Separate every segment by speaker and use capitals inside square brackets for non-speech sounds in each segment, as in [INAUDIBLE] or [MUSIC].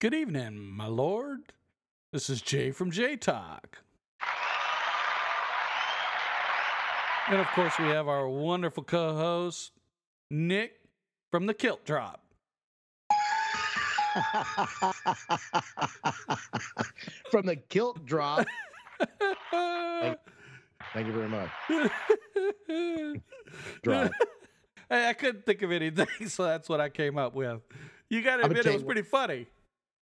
Speaker 1: Good evening, my lord. This is Jay from J Talk. And of course, we have our wonderful co host, Nick from the Kilt Drop.
Speaker 2: [LAUGHS] From the kilt drop. Thank you very much. Drop.
Speaker 1: [LAUGHS] Hey, I couldn't think of anything, [LAUGHS] so that's what I came up with. You got to
Speaker 2: I'm a
Speaker 1: admit, it was
Speaker 2: king.
Speaker 1: pretty funny. [LAUGHS]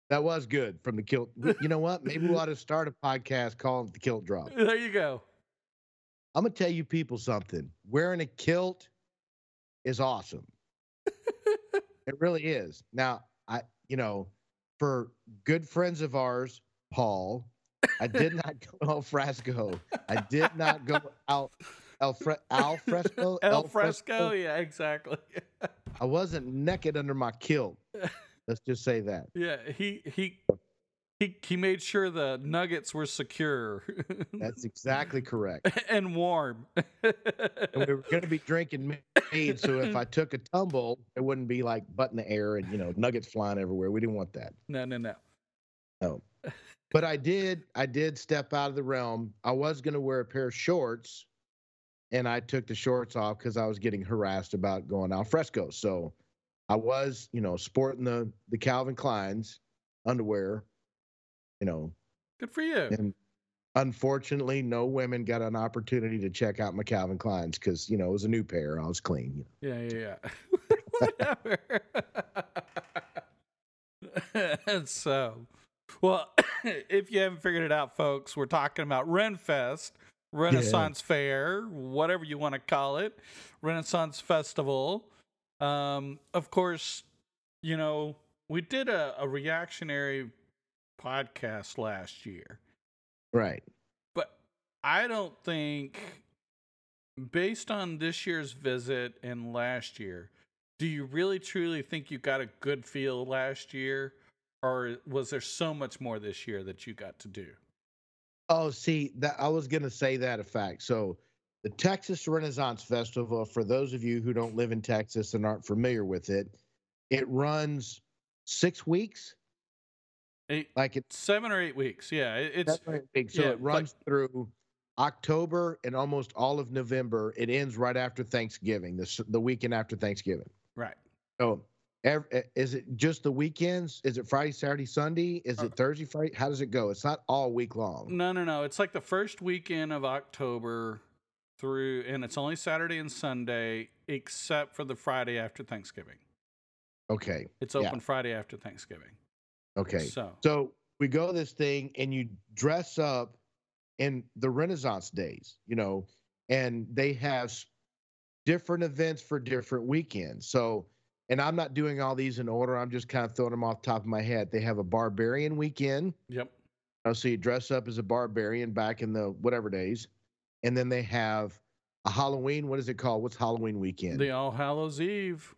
Speaker 2: That was good from the kilt. You know what? Maybe we ought to start a podcast calling it the kilt drop.
Speaker 1: There you go.
Speaker 2: I'm gonna tell you people something. Wearing a kilt
Speaker 1: [LAUGHS]
Speaker 2: is awesome. it really is. Now, I you know, for good friends of ours, Paul,
Speaker 1: [LAUGHS]
Speaker 2: I did not go al fresco. I did not go out al, fre- al fresco.
Speaker 1: [LAUGHS] El Fresco. Yeah, exactly. [LAUGHS]
Speaker 2: I wasn't naked under my kilt. Let's just say that.
Speaker 1: Yeah, he he he he made sure the nuggets were secure [LAUGHS]
Speaker 2: That's exactly correct.
Speaker 1: and warm. [LAUGHS]
Speaker 2: And we were going to be drinking mead, so if I took a tumble, it wouldn't be like butt in the air and you know nuggets flying everywhere. We didn't want that.
Speaker 1: no, no, no.
Speaker 2: But I did. I did step out of the realm. I was going to wear a pair of shorts, and I took the shorts off because I was getting harassed about going al fresco. So I was, you know, sporting the the Calvin Klein's underwear, you know,
Speaker 1: Good for you.
Speaker 2: And unfortunately, no women got an opportunity to check out my Calvin Klein's because you know it was a new pair. I was clean. You know.
Speaker 1: Yeah, yeah, yeah. [LAUGHS] Whatever. and [LAUGHS] so, well, [COUGHS] if you haven't figured it out, folks, we're talking about Renfest, Renaissance Fair, whatever you want to call it, Renaissance Festival. Um, of course, you know, we did a, a reactionary podcast last year
Speaker 2: Right.
Speaker 1: but I don't think, based on this year's visit and last year, do you really truly think you got a good feel last year, or was there so much more this year that you got to do?
Speaker 2: Oh, see, that I was gonna say that a fact. So the Texas Renaissance Festival, for those of you who don't live in Texas and aren't familiar with it, it runs six weeks.
Speaker 1: Eight,
Speaker 2: Like it's
Speaker 1: seven or eight weeks? Yeah, it- it's
Speaker 2: seven weeks. So
Speaker 1: yeah,
Speaker 2: it runs through October and almost all of November. It ends right after Thanksgiving, the, s- the weekend after Thanksgiving.
Speaker 1: right.
Speaker 2: Oh, ev- is it just the weekends? Is it Friday, Saturday, Sunday? Is it Thursday, Friday? How does it go? It's not all week long.
Speaker 1: Uh, No, no, no. It's like the first weekend of October through, and it's only Saturday and Sunday, except for the Friday after Thanksgiving.
Speaker 2: Okay,
Speaker 1: It's
Speaker 2: Yeah.
Speaker 1: open Friday after Thanksgiving.
Speaker 2: okay.
Speaker 1: So,
Speaker 2: So we go to this thing, and you dress up in the Renaissance days, you know, and they have s- different events for different weekends. So, and I'm not doing all these in order. I'm just kind of throwing them off the top of my head. They have a barbarian weekend.
Speaker 1: yep.
Speaker 2: Oh, so you dress up as a barbarian back in the whatever days, and then they have a Halloween. What is it called? What's Halloween weekend?
Speaker 1: The All Hallows Eve.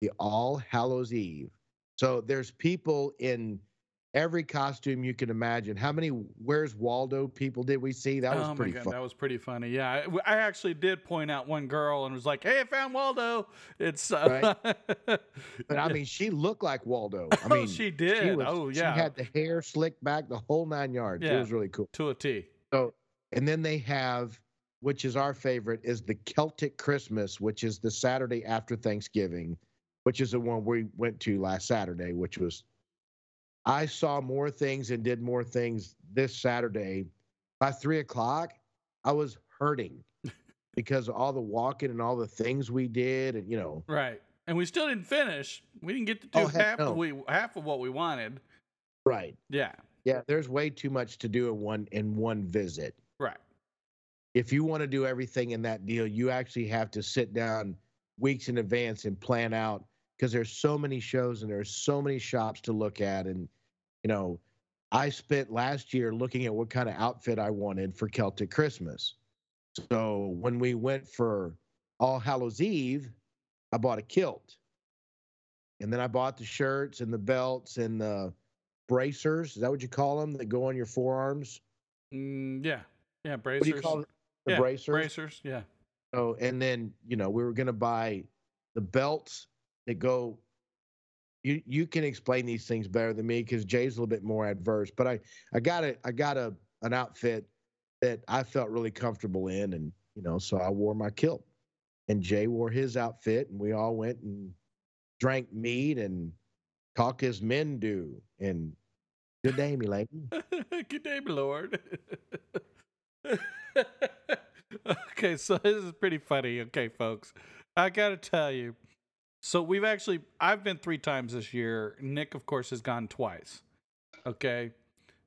Speaker 2: the All Hallows Eve. So there's people in every costume you can imagine. How many Where's Waldo people did we see? That was
Speaker 1: oh
Speaker 2: pretty
Speaker 1: my god,
Speaker 2: fun.
Speaker 1: that was pretty funny. Yeah, I, w- I actually did point out one girl and was like, "Hey, I found Waldo." It's uh, [LAUGHS]
Speaker 2: But I mean, she looked like Waldo. I
Speaker 1: oh,
Speaker 2: mean,
Speaker 1: she did.
Speaker 2: was-
Speaker 1: oh yeah,
Speaker 2: she had the hair slicked back, the whole nine yards. It
Speaker 1: Yeah.
Speaker 2: was really cool.
Speaker 1: to a T.
Speaker 2: And then they have, which is our favorite, is the Celtic Christmas, which is the Saturday after Thanksgiving, which is the one we went to last Saturday, which was I saw more things and did more things this Saturday. By three o'clock, I was hurting because of all the walking and all the things we did, and you know,
Speaker 1: Right, and we still didn't finish. We didn't get to do
Speaker 2: Oh, heck
Speaker 1: half
Speaker 2: no.
Speaker 1: of we half of what we wanted.
Speaker 2: right?
Speaker 1: Yeah,
Speaker 2: Yeah, there's way too much to do in one in one visit.
Speaker 1: right.
Speaker 2: if you want to do everything in that deal, you actually have to sit down weeks in advance and plan out because there's so many shows and there's so many shops to look at. And, you know, I spent last year looking at what kind of outfit I wanted for Celtic Christmas. So when we went for All Hallows Eve, I bought a kilt. And then I bought the shirts and the belts and the bracers. Is that what you call them that go on your forearms?
Speaker 1: Mm, yeah, yeah. Bracers.
Speaker 2: What do you call them? The
Speaker 1: Yeah,
Speaker 2: bracers?
Speaker 1: Bracers. Yeah.
Speaker 2: So, and then, you know, we were going to buy the belts that go you you can explain these things better than me because Jay's a little bit more adverse. But I I got a I got a an outfit that I felt really comfortable in, and you know, so I wore my kilt, and Jay wore his outfit, and we all went and drank mead and talked as men do, and good day, me lady.
Speaker 1: [LAUGHS] Good day, my lord. [LAUGHS] okay, so this is pretty funny. Okay, folks, I gotta tell you. So we've actually I've been three times this year. Nick, of course, has gone twice. Okay.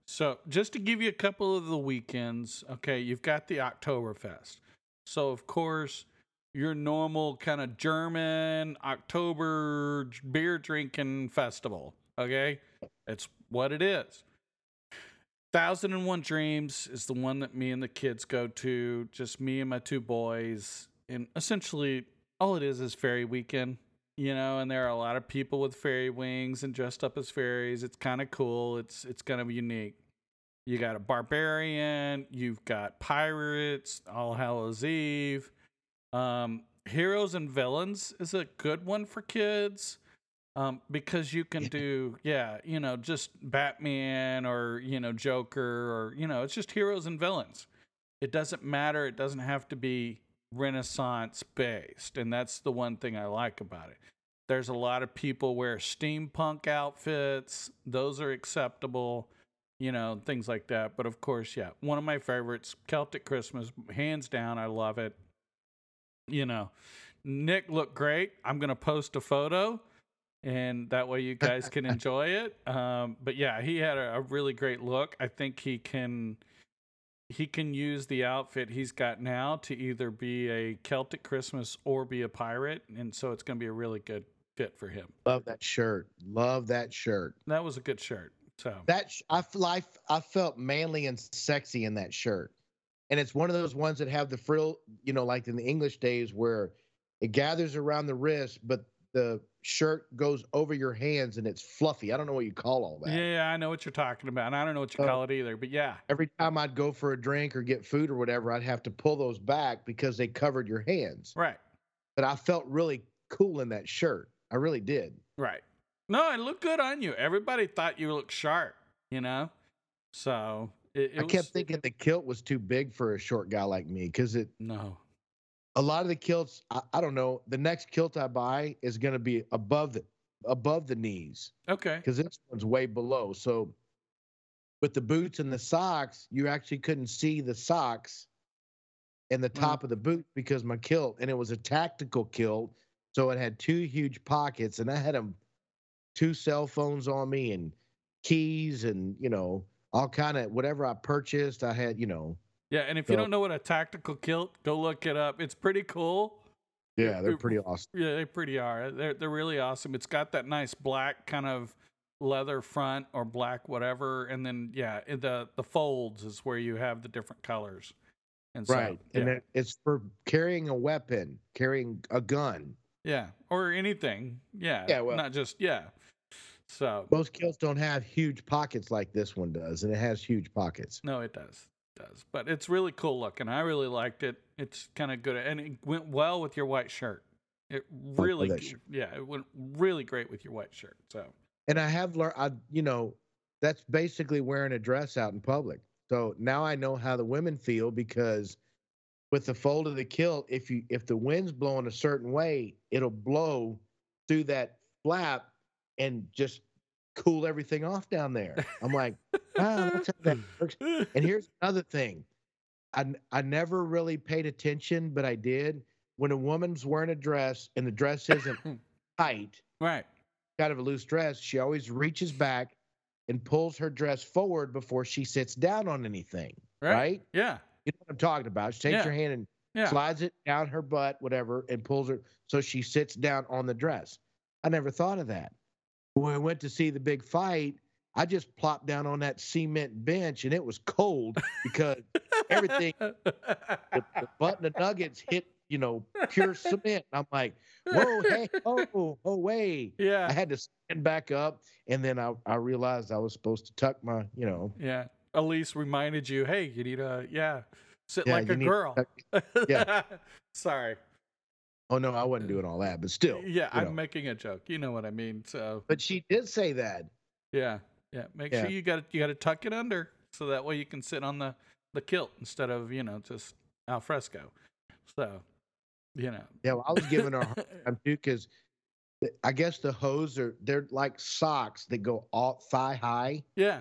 Speaker 1: So just to give you a couple of the weekends, okay, you've got the Oktoberfest. So of course, your normal kind of German October j- beer drinking festival. Okay. It's what it is. Thousand and One Dreams is the one that me and the kids go to, just me and my two boys. And essentially, all it is is fairy weekend, you know. And there are a lot of people with fairy wings and dressed up as fairies. It's kind of cool. It's it's kind of unique. You got a barbarian. You've got pirates. All Hallows Eve. Um, Heroes and villains is a good one for kids um, because you can
Speaker 2: Yeah.
Speaker 1: do yeah you know just batman or you know joker or you know it's just heroes and villains it doesn't matter it doesn't have to be renaissance based and that's the one thing i like about it there's a lot of people wear steampunk outfits those are acceptable you know things like that but of course yeah one of my favorites celtic christmas hands down i love it you know nick looked great i'm gonna post a photo and that way you guys
Speaker 2: [LAUGHS]
Speaker 1: can enjoy it. Um, but yeah, he had a, a really great look. I think he can he can use the outfit he's got now to either be a Celtic Christmas or be a pirate, and so it's going to be a really good fit for him.
Speaker 2: Love that shirt. Love that shirt.
Speaker 1: That was a good shirt. So
Speaker 2: That sh- I, f- I f- I felt manly and sexy in that shirt, and it's one of those ones that have the frill, you know, like in the English days where it gathers around the wrist, but the shirt goes over your hands and it's fluffy. I don't know what you call all that.
Speaker 1: yeah, yeah, I know what you're talking about, and I don't know what you
Speaker 2: Oh.
Speaker 1: call it either. But yeah,
Speaker 2: Every time I'd go for a drink or get food or whatever, I'd have to pull those back because they covered your hands.
Speaker 1: right,
Speaker 2: But I felt really cool in that shirt. I really did.
Speaker 1: right. No, it looked good on you. Everybody thought you looked sharp. You know, so it, it
Speaker 2: I kept
Speaker 1: was,
Speaker 2: thinking the kilt was too big for a short guy like me because it
Speaker 1: no.
Speaker 2: a lot of the kilts I, I don't know the next kilt i buy is going to be above the above the knees
Speaker 1: Okay.
Speaker 2: because this one's way below so with the boots and the socks you actually couldn't see the socks and the
Speaker 1: Mm.
Speaker 2: top of the boot because my kilt and it was a tactical kilt so it had two huge pockets and i had um two cell phones on me and keys and you know all kind of whatever i purchased i had you know
Speaker 1: Yeah, and if you
Speaker 2: So-
Speaker 1: don't know what a tactical kilt, go look it up. It's pretty cool.
Speaker 2: yeah
Speaker 1: they're
Speaker 2: they're
Speaker 1: pretty
Speaker 2: pretty awesome
Speaker 1: Yeah, they pretty are. They're they're really awesome. It's got that nice black kind of leather front or black whatever, and then yeah, it- the the folds is where you have the different colors. And so,
Speaker 2: Right.
Speaker 1: yeah,
Speaker 2: And it, it's for carrying a weapon, carrying a gun.
Speaker 1: yeah, or anything. Yeah,
Speaker 2: Yeah, well-
Speaker 1: not just yeah. So
Speaker 2: Most kilts don't have huge pockets like this one does, and it has huge pockets.
Speaker 1: No, it does. It does. But it's really cool looking. I really liked it. It's kind of good. And it went well with your white shirt. It
Speaker 2: love
Speaker 1: really,
Speaker 2: that shirt.
Speaker 1: yeah, it went really great with your white shirt. So,
Speaker 2: And I have learned, I you know, that's basically wearing a dress out in public. So now I know how the women feel because with the fold of the kilt, if you if the wind's blowing a certain way, it'll blow through that flap and just cool everything off down there. I'm like, wow, Ah, that's how
Speaker 1: [LAUGHS]
Speaker 2: that works. And here's another thing. I, n- I never really paid attention, but I did. When a woman's wearing a dress and the
Speaker 1: [LAUGHS]
Speaker 2: dress isn't tight,
Speaker 1: right.
Speaker 2: kind of a loose dress, she always reaches back and pulls her dress forward before she sits down on anything.
Speaker 1: Right.
Speaker 2: Right?
Speaker 1: Yeah.
Speaker 2: You know what I'm talking about. She takes
Speaker 1: Yeah.
Speaker 2: her hand and
Speaker 1: Yeah.
Speaker 2: slides it down her butt, whatever, and pulls her so she sits down on the dress. I never thought of that. When I went to see the big fight, I just plopped down on that cement bench and it was
Speaker 1: [LAUGHS]
Speaker 2: cold because everything the, the button of nuggets hit, you know,
Speaker 1: [LAUGHS]
Speaker 2: pure cement. I'm like, whoa, hey, oh, oh, way. I
Speaker 1: yeah.
Speaker 2: had to stand back up and then I, I realized I was supposed to tuck my, you know,
Speaker 1: Yeah. Elise reminded you, hey, you need a, yeah, sit
Speaker 2: Yeah,
Speaker 1: like
Speaker 2: you
Speaker 1: a
Speaker 2: need-
Speaker 1: girl.
Speaker 2: yeah.
Speaker 1: [LAUGHS] Sorry.
Speaker 2: Oh no, I wasn't doing all that, but still.
Speaker 1: yeah,
Speaker 2: you
Speaker 1: I'm
Speaker 2: know.
Speaker 1: making a joke. You know what I mean. So
Speaker 2: But she did say that.
Speaker 1: yeah, yeah. Make
Speaker 2: Yeah.
Speaker 1: sure you got you got to tuck it under so that way you can sit on the the kilt instead of you know just al fresco. So you know.
Speaker 2: Yeah, well, I was giving her a hard time too because I guess the hose are they're like socks that go all thigh high,
Speaker 1: [LAUGHS] yeah.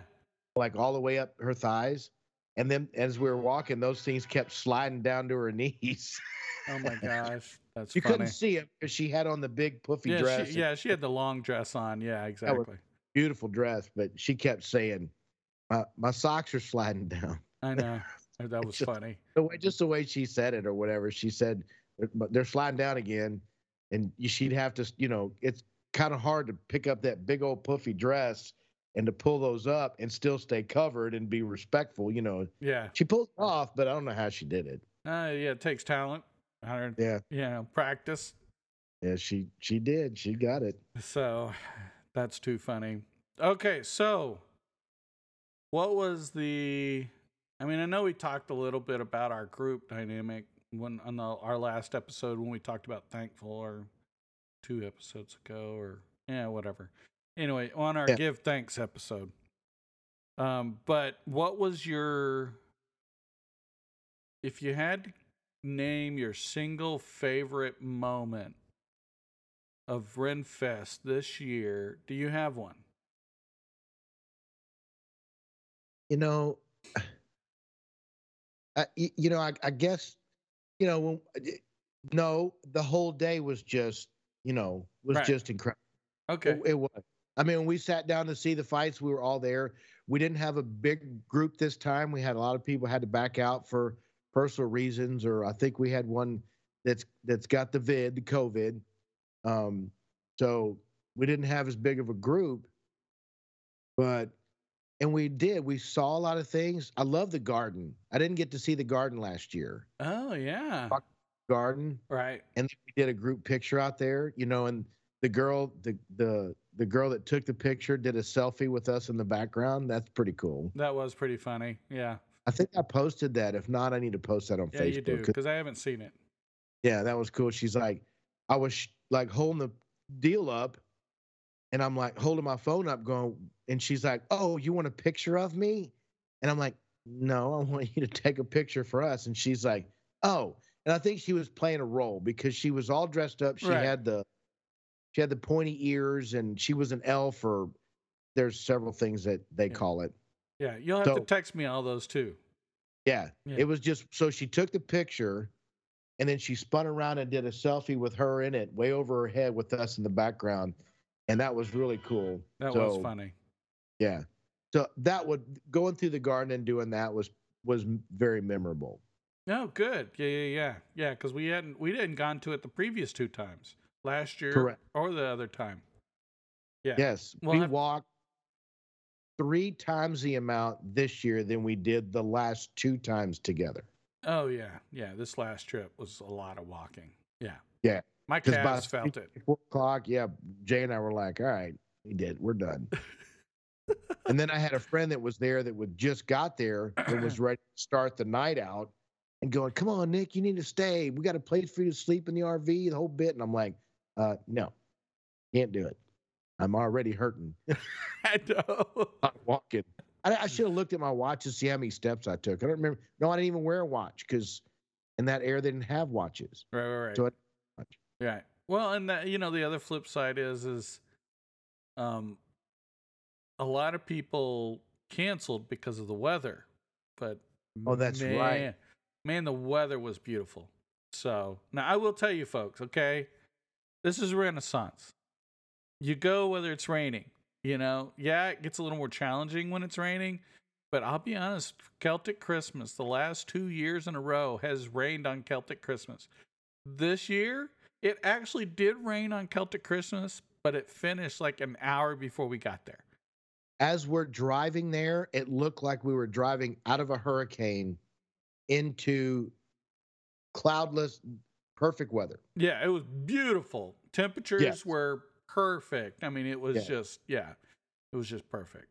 Speaker 2: like all the way up her thighs. And then as we were walking, those things kept sliding down to her [LAUGHS] knees.
Speaker 1: Oh my gosh, that's
Speaker 2: you
Speaker 1: funny.
Speaker 2: couldn't see it because she had on the big puffy
Speaker 1: yeah,
Speaker 2: dress,
Speaker 1: She, yeah, she had the long dress on. Yeah,
Speaker 2: was-
Speaker 1: exactly.
Speaker 2: beautiful dress, but she kept saying, "My my socks are sliding down." [LAUGHS]
Speaker 1: I know. That was
Speaker 2: Just-
Speaker 1: funny.
Speaker 2: The way, just the way she said it, or whatever she said, "They're- but they're sliding down again, and you- she'd have to, you know, it's kind of hard to pick up that big old puffy dress and to pull those up and still stay covered and be respectful. You know,
Speaker 1: Yeah.
Speaker 2: she pulled it off, but I don't know how she did it.
Speaker 1: Uh, yeah, it takes talent. I
Speaker 2: Yeah.
Speaker 1: You know, practice.
Speaker 2: Yeah, she she did. She got it.
Speaker 1: So that's too funny. Okay, so what was the I mean, I know we talked a little bit about our group dynamic when on the, our last episode when we talked about thankful or two episodes ago or yeah, whatever. Anyway, on our
Speaker 2: Yeah.
Speaker 1: give thanks episode. Um but what was your if you had to name your single favorite moment of Renfest this year, do you have one?
Speaker 2: you know [SIGHS] I, y- you know I, I guess you know when uh, no the whole day was just you know was
Speaker 1: Right.
Speaker 2: just incredible
Speaker 1: Okay.
Speaker 2: Oh, it, it was i mean when we sat down to see the fights we were all there we didn't have a big group this time we had a lot of people had to back out for personal reasons or i think we had one that's that's got the vid the covid um so we didn't have as big of a group but and we did we saw a lot of things i love the garden i didn't get to see the garden last year
Speaker 1: Oh yeah.
Speaker 2: Fuck. garden
Speaker 1: Right.
Speaker 2: and we did a group picture out there, you know, and the girl, the the the girl that took the picture did a selfie with us in the background. That's pretty cool.
Speaker 1: That was pretty funny. Yeah.
Speaker 2: I think I posted that. If not, I need to post that on
Speaker 1: Yeah,
Speaker 2: Facebook.
Speaker 1: you do
Speaker 2: 'cause-
Speaker 1: because I haven't seen it.
Speaker 2: Yeah, that was cool. She's like, I was sh- like holding the deal up, and I'm like holding my phone up, going, and she's like, "Oh, you want a picture of me?" And I'm like, "No, I want you to take a picture for us." And she's like, "Oh," and I think she was playing a role because she was all dressed up. She
Speaker 1: Right.
Speaker 2: had the she had the pointy ears, and she was an elf. Or there's several things that they
Speaker 1: Yeah.
Speaker 2: call it.
Speaker 1: Yeah, you'll have to
Speaker 2: So-
Speaker 1: text me all those too.
Speaker 2: Yeah,
Speaker 1: Yeah.
Speaker 2: It was just so she took the picture and then she spun around and did a selfie with her in it, way over her head with us in the background. And that was really cool.
Speaker 1: That was
Speaker 2: So,
Speaker 1: funny.
Speaker 2: Yeah. So that would going through the garden and doing that was was very memorable.
Speaker 1: No, good. Yeah, yeah, yeah, yeah. Because we hadn't we hadn't gone to it the previous two times last year
Speaker 2: Correct.
Speaker 1: or the other time. Yeah.
Speaker 2: Yes.
Speaker 1: Well,
Speaker 2: we
Speaker 1: I've-
Speaker 2: walked three times the amount this year than we did the last two times together.
Speaker 1: Oh yeah, yeah. This last trip was a lot of walking. Yeah.
Speaker 2: Yeah,
Speaker 1: My
Speaker 2: 'cause by
Speaker 1: calves
Speaker 2: the-
Speaker 1: felt it. [LAUGHS]
Speaker 2: four o'clock. Yeah, Jay and I were like, all right, we did, we're [LAUGHS] done. and then I had a friend that was there that would just got there and [CLEARS THROAT] was ready to start the night out and going, come on, Nick, you need to stay. We got a place for you to sleep in the RV, the whole bit. And I'm like, uh, no, can't do it. I'm already hurting.
Speaker 1: I know.
Speaker 2: not walking. I, I should have looked at my watch to see how many steps I took. I don't remember. No, I didn't even wear a watch because in that era they didn't have watches.
Speaker 1: Right, right, right.
Speaker 2: So it-
Speaker 1: right. Well, and that, you know the other flip side is is, um, a lot of people canceled because of the weather, but
Speaker 2: Oh, that's right.
Speaker 1: man- man, the weather was beautiful. So now I will tell you, folks. Okay, this is Renaissance. You go whether it's raining. You know, yeah, it gets a little more challenging when it's raining. But I'll be honest, Celtic Christmas, the last two years in a row has rained on Celtic Christmas. This year, it actually did rain on Celtic Christmas, but it finished like an hour before we got there.
Speaker 2: as we're driving there, it looked like we were driving out of a hurricane into cloudless, perfect weather.
Speaker 1: Yeah, it was beautiful. Temperatures
Speaker 2: Yes.
Speaker 1: were perfect. I mean, it was
Speaker 2: Yeah.
Speaker 1: just, yeah, it was just perfect.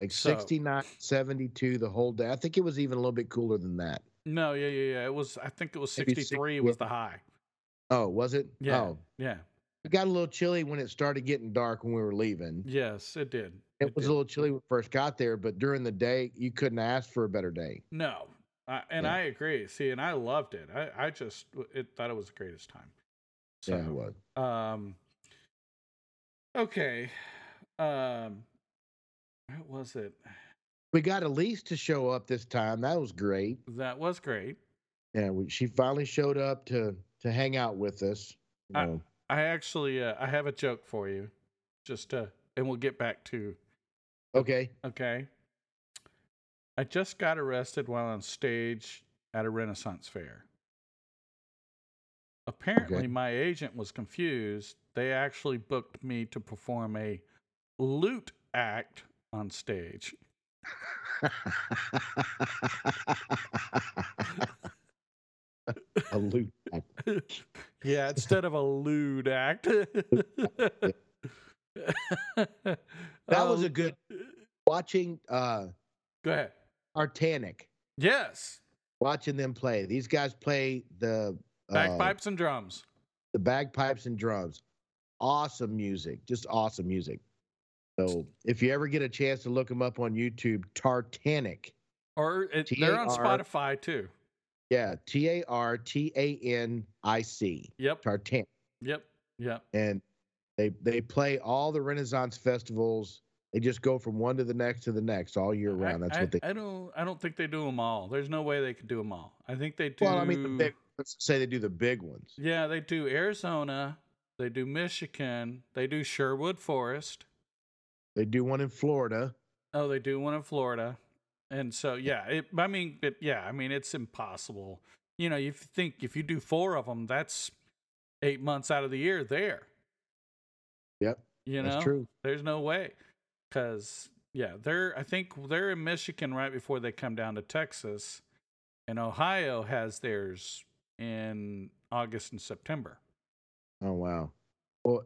Speaker 2: Like
Speaker 1: So-
Speaker 2: 69, 72 the whole day. I think it was even a little bit cooler than that.
Speaker 1: No, yeah, yeah, yeah. It was, I think it was
Speaker 2: Maybe
Speaker 1: 63
Speaker 2: six-
Speaker 1: was
Speaker 2: yeah.
Speaker 1: the high.
Speaker 2: Oh, was it?
Speaker 1: Yeah.
Speaker 2: Oh,
Speaker 1: Yeah.
Speaker 2: it got a little chilly when it started getting dark when we were leaving.
Speaker 1: Yes, it did.
Speaker 2: It, was
Speaker 1: did.
Speaker 2: a little chilly when we first got there, but during the day, you couldn't ask for a better day.
Speaker 1: No. I, and
Speaker 2: Yeah.
Speaker 1: I agree. See, and I loved it. I, I just it, thought it was the greatest time. So,
Speaker 2: yeah, it was.
Speaker 1: Um. Okay. Um. What was it?
Speaker 2: We got Elise to show up this time. That was great.
Speaker 1: That was great.
Speaker 2: Yeah, we, she finally showed up to to hang out with us. You
Speaker 1: I-
Speaker 2: know.
Speaker 1: I actually uh, I have a joke for you, just uh, and we'll get back to
Speaker 2: okay.
Speaker 1: okay. I just got arrested while on stage at a Renaissance fair. Apparently,
Speaker 2: Okay.
Speaker 1: my agent was confused. They actually booked me to perform a lute act on stage.
Speaker 2: a loot. act.
Speaker 1: yeah, instead of a lewd act. [LAUGHS]
Speaker 2: That was a good watching uh
Speaker 1: Um, Go ahead.
Speaker 2: Artanic.
Speaker 1: Yes,
Speaker 2: Watching them play. These guys play the uh,
Speaker 1: bagpipes and drums.
Speaker 2: the bagpipes and drums. Awesome music, just awesome music. So if you ever get a chance to look them up on YouTube, Tartanic.
Speaker 1: Or it, they're on
Speaker 2: TAR.
Speaker 1: Spotify too.
Speaker 2: Yeah, T A R T A N I C,
Speaker 1: Yep,
Speaker 2: Tartanic,
Speaker 1: yep, yep.
Speaker 2: and they they play all the Renaissance festivals. They just go from one to the next to the next all year round.
Speaker 1: I,
Speaker 2: That's
Speaker 1: I-
Speaker 2: what they.
Speaker 1: I don't. I don't think they do them all. There's no way they could do them all. I think they do.
Speaker 2: well, I mean, the big, let's say they do the big ones.
Speaker 1: yeah, they do Arizona. They do Michigan. They do Sherwood Forest.
Speaker 2: They do one in Florida.
Speaker 1: Oh, they do one in Florida. And so, yeah, it, I mean, it, yeah, I mean, it's impossible. You know, if you think if you do four of them, that's eight months out of the year there.
Speaker 2: Yep,
Speaker 1: You know,
Speaker 2: that's true.
Speaker 1: there's no way. Cause yeah, they're, I think they're in Michigan right before they come down to Texas. And Ohio has theirs in August and September.
Speaker 2: Oh wow. Well,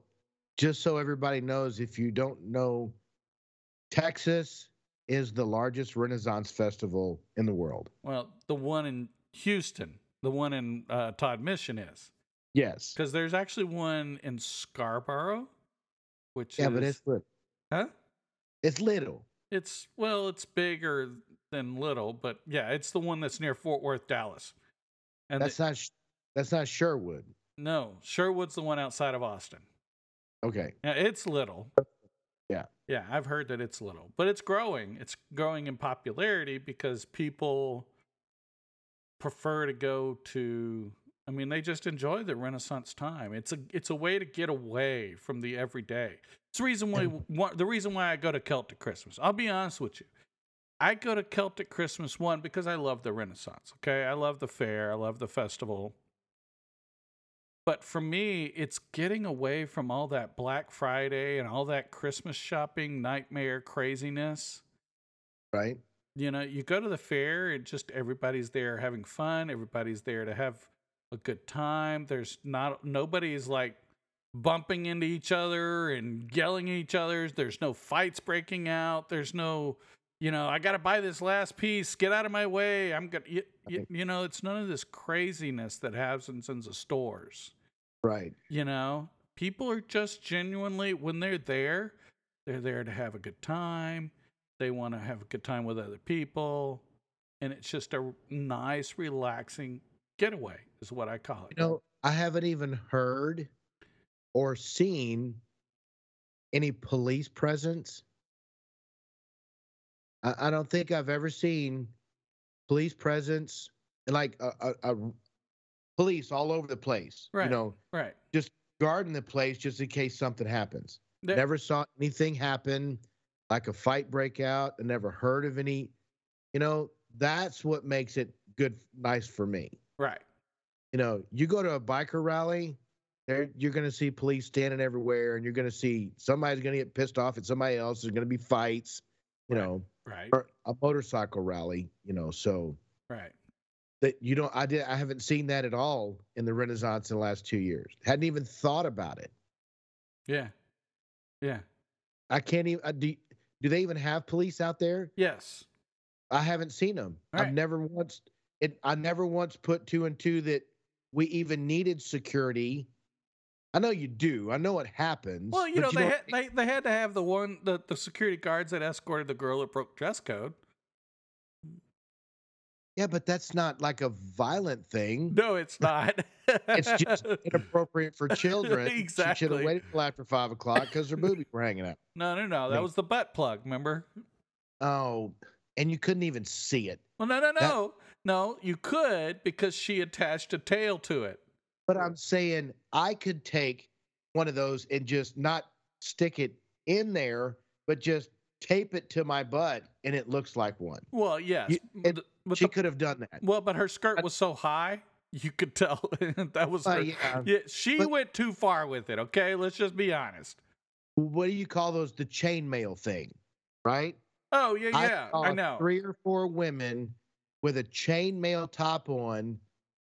Speaker 2: just so everybody knows, if you don't know, Texas is the largest Renaissance festival in the world.
Speaker 1: Well, the one in Houston, the one in uh, Todd Mission is.
Speaker 2: Yes.
Speaker 1: Because there's actually one in Scarborough, which
Speaker 2: Yeah,
Speaker 1: is
Speaker 2: but it's little.
Speaker 1: huh?
Speaker 2: It's little.
Speaker 1: It's well, it's bigger than little, but yeah, it's the one that's near Fort Worth, Dallas. And
Speaker 2: That's
Speaker 1: the-
Speaker 2: not. Sh- That's not Sherwood.
Speaker 1: no, Sherwood's the one outside of Austin.
Speaker 2: Okay.
Speaker 1: Yeah, it's little.
Speaker 2: Yeah.
Speaker 1: Yeah, I've heard that it's little, but it's growing. It's growing in popularity because people prefer to go to I mean, they just enjoy the Renaissance time. It's a it's a way to get away from the everyday. It's the reason why, why the reason why I go to Celtic Christmas. I'll be honest with you. I go to Celtic Christmas one because I love the Renaissance. Okay, I love the fair. I love the festival. But for me, it's getting away from all that Black Friday and all that Christmas shopping nightmare craziness.
Speaker 2: Right.
Speaker 1: You know, you go to the fair and just everybody's there having fun. Everybody's there to have a good time. There's not nobody's like bumping into each other and yelling at each other. There's no fights breaking out. There's no, you know, I got to buy this last piece. Get out of my way. I'm going to, you, you,
Speaker 2: Right.
Speaker 1: you know, it's none of this craziness that happens in the stores.
Speaker 2: Right.
Speaker 1: You know, people are just genuinely, when they're there, they're there to have a good time. They want to have a good time with other people. And it's just a nice, relaxing getaway, is what I call it.
Speaker 2: You know, I haven't even heard or seen any police presence. I, I don't think I've ever seen police presence like a, a, a police all over the place.
Speaker 1: Right.
Speaker 2: You know,
Speaker 1: right.
Speaker 2: guarding the place just in case something happens.
Speaker 1: There-
Speaker 2: Never saw anything happen like a fight break out. I never heard of any. You know, that's what makes it good, nice for me
Speaker 1: Right.
Speaker 2: you know, you go to a biker rally, there you're going to see police standing everywhere, and you're going to see somebody's going to get pissed off at somebody else. There's going to be fights, you know,
Speaker 1: Right.
Speaker 2: or a motorcycle rally, you know. So
Speaker 1: Right.
Speaker 2: that you don't, I did, I haven't seen that at all in the Renaissance in the last two years. Hadn't even thought about it.
Speaker 1: Yeah. Yeah.
Speaker 2: I can't even. I, do do they even have police out there?
Speaker 1: Yes.
Speaker 2: I haven't seen them.
Speaker 1: All right.
Speaker 2: I've never once. It, I never once put two and two that we even needed security. I know you do. I know it happens.
Speaker 1: Well, you know,
Speaker 2: but
Speaker 1: they,
Speaker 2: don't-
Speaker 1: had, they they had to have the one the, the security guards that escorted the girl that broke dress code.
Speaker 2: yeah, but that's not like a violent thing.
Speaker 1: No,
Speaker 2: [LAUGHS]
Speaker 1: it's not.
Speaker 2: It's just inappropriate
Speaker 1: [LAUGHS]
Speaker 2: for children. She should have
Speaker 1: Exactly.
Speaker 2: waited till after five o'clock because her boobies were hanging out.
Speaker 1: [LAUGHS] no, no, no. That
Speaker 2: Like-
Speaker 1: was the butt plug. Remember?
Speaker 2: Oh, and you couldn't even see it.
Speaker 1: Well, no, no,
Speaker 2: That-
Speaker 1: no, no. You could because she attached a tail to it.
Speaker 2: But I'm saying I could take one of those and just not stick it in there, but just tape it to my butt, and it looks like one.
Speaker 1: Well, yes,
Speaker 2: You-
Speaker 1: but, the- but
Speaker 2: she
Speaker 1: the-
Speaker 2: could have done
Speaker 1: [LAUGHS]
Speaker 2: that.
Speaker 1: well, but her skirt
Speaker 2: I-
Speaker 1: was so high, you could tell [LAUGHS] that was
Speaker 2: Uh,
Speaker 1: her.
Speaker 2: yeah.
Speaker 1: Yeah, she
Speaker 2: But-
Speaker 1: went too far with it. Okay, let's just be honest.
Speaker 2: What do you call those? The chainmail thing, right?
Speaker 1: Oh yeah, yeah,
Speaker 2: saw
Speaker 1: I, know.
Speaker 2: Three or four women with a chainmail top on,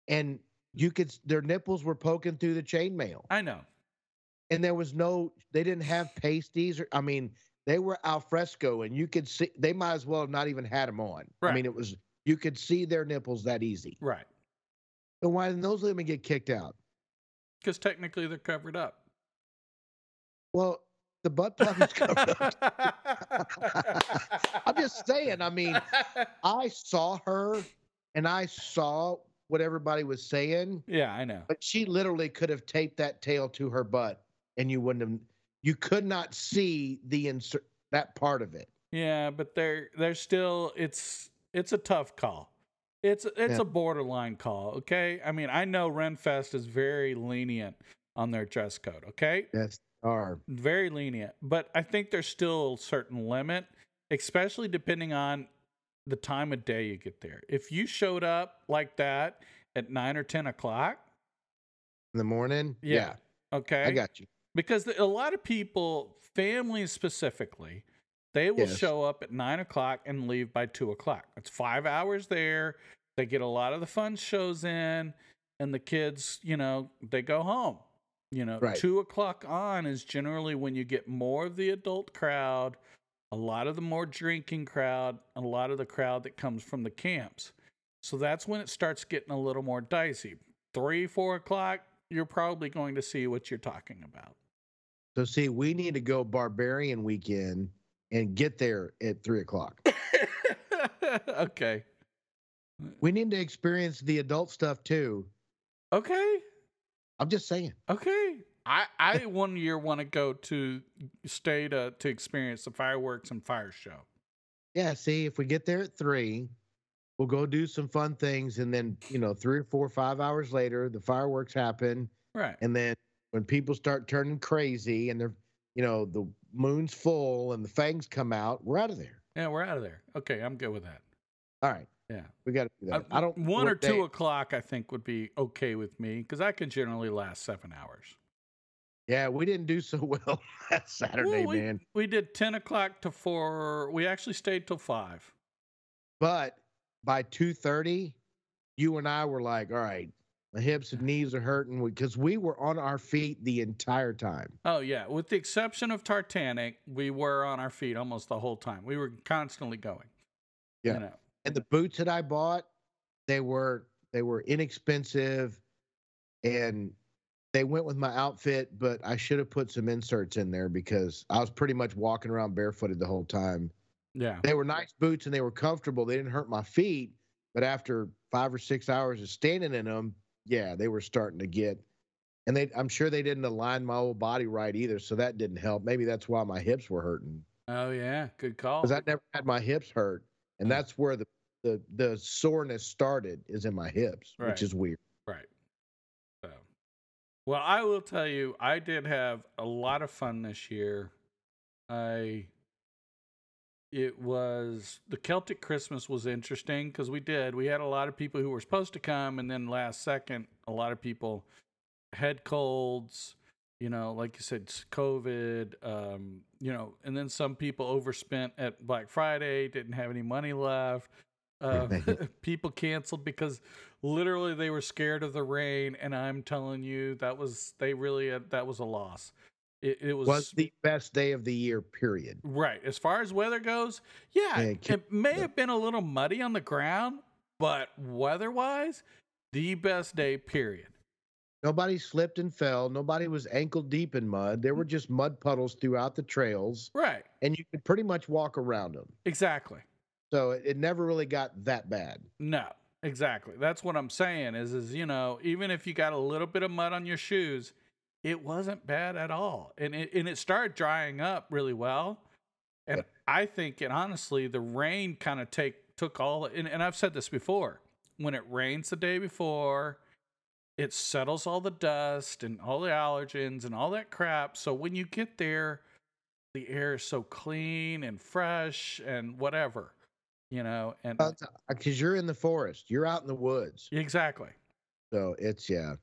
Speaker 2: and you could s- their nipples were poking through the chainmail,
Speaker 1: I know.
Speaker 2: and there was no. They didn't have pasties, or I mean, they were al fresco, and you could see. They might as well have not even had them on. I
Speaker 1: Right.
Speaker 2: mean, it was you could see their nipples that easy.
Speaker 1: Right,
Speaker 2: Then why didn't those women get kicked out?
Speaker 1: because technically they're covered
Speaker 2: [LAUGHS]
Speaker 1: up.
Speaker 2: Well, the butt plug was covered
Speaker 1: [LAUGHS]
Speaker 2: up. [LAUGHS] I'm just saying. I mean, I saw her and I saw what everybody was saying,
Speaker 1: [LAUGHS] yeah, I know.
Speaker 2: but she literally could have taped that tail to her butt and you wouldn't have you could not see the insert that part of it.
Speaker 1: Yeah, but they're they're still it's it's a tough call. It's it's
Speaker 2: Yeah.
Speaker 1: a borderline call, okay? I mean, I know Renfest is very lenient on their dress code, okay?
Speaker 2: Yes. Or
Speaker 1: Very lenient, but I think there's still a certain limit, especially depending on the time of day you get there. If you showed up like that at nine or ten o'clock,
Speaker 2: in the morning.
Speaker 1: yeah, okay,
Speaker 2: yeah, I got you.
Speaker 1: because the, a lot of people, families specifically, they will
Speaker 2: Yes.
Speaker 1: show up at nine o'clock and leave by two o'clock. It's five hours there. They get a lot of the fun shows in, and the kids, you know, they go home. You know,
Speaker 2: Right.
Speaker 1: two o'clock on is generally when you get more of the adult crowd, a lot of the more drinking crowd, a lot of the crowd that comes from the camps. So that's when it starts getting a little more dicey. Three, four o'clock, you're probably going to see what you're talking about.
Speaker 2: So see, we need to go barbarian weekend and get there at three o'clock.
Speaker 1: [LAUGHS] okay.
Speaker 2: we need to experience the adult stuff too.
Speaker 1: Okay.
Speaker 2: I'm just saying.
Speaker 1: Okay. I, I one year want to go to stay to, to experience the fireworks and fire show.
Speaker 2: Yeah, see, if we get there at three, we'll go do some fun things, and then you know, three or four, five hours later, the fireworks happen,
Speaker 1: Right.
Speaker 2: and then when people start turning crazy and they're, you know, the moon's full and the fangs come out, we're out of there.
Speaker 1: Yeah, we're out of there. Okay, I'm good with that.
Speaker 2: All right,
Speaker 1: Yeah.
Speaker 2: we got to do that.
Speaker 1: Uh,
Speaker 2: I, don't
Speaker 1: one or
Speaker 2: what
Speaker 1: two
Speaker 2: day-
Speaker 1: o'clock I think would be okay with me because I can generally last seven hours.
Speaker 2: Yeah, we didn't do so [LAUGHS] well last Saturday,
Speaker 1: Well, we,
Speaker 2: man.
Speaker 1: We did ten o'clock to four. We actually stayed till five.
Speaker 2: But by two thirty, you and I were like, all right, my hips and knees are hurting because we were on our feet the entire time.
Speaker 1: Oh yeah, with the exception of Titanic, we were on our feet almost the whole time. We were constantly going.
Speaker 2: Yeah.
Speaker 1: know.
Speaker 2: and the boots that I bought, they were they were inexpensive, and they went with my outfit. But I should have put some inserts in there because I was pretty much walking around barefooted the whole time.
Speaker 1: Yeah.
Speaker 2: They were nice boots and they were comfortable. They didn't hurt my feet, but after five or six hours of standing in them, yeah, they were starting to get. And they, I'm sure they didn't align my whole body right either, so that didn't help. Maybe that's why my hips were hurting
Speaker 1: Oh yeah. Good call.
Speaker 2: because I never had my hips hurt, and
Speaker 1: Yeah.
Speaker 2: that's where the, the the soreness started is in my hips,
Speaker 1: Right.
Speaker 2: which is weird.
Speaker 1: Right. So, well, I will tell you, I did have a lot of fun this year. I, it was the Celtic Christmas was interesting because we did. We had a lot of people who were supposed to come, and then last second, a lot of people had colds. You know, like you said, s- COVID. Um, you know, and then some people overspent at Black Friday, didn't have any money left. Uh, [LAUGHS] people canceled because literally they were scared of the rain and i'm telling you that was they really uh, that was a loss it, it was,
Speaker 2: Was the best day of the year, period.
Speaker 1: right as far as weather goes yeah
Speaker 2: Yeah, it
Speaker 1: it,
Speaker 2: kept-
Speaker 1: may have been a little muddy on the ground but weather wise the best day period
Speaker 2: Nobody slipped and fell. Nobody was ankle deep in mud. There were just mud puddles throughout the trails,
Speaker 1: Right.
Speaker 2: and you could pretty much walk around them.
Speaker 1: Exactly.
Speaker 2: So it, it never really got that bad.
Speaker 1: No. Exactly. That's what I'm saying is is you know, even if you got a little bit of mud on your shoes, it wasn't bad at all. And it and it started drying up really well. And I think and honestly the rain kind of take took all and, and I've said this before. When it rains the day before, it settles all the dust and all the allergens and all that crap. So when you get there, the air is so clean and fresh and whatever. You know, and
Speaker 2: Because uh, you're in the forest, you're out in the woods.
Speaker 1: Exactly.
Speaker 2: So it's, yeah,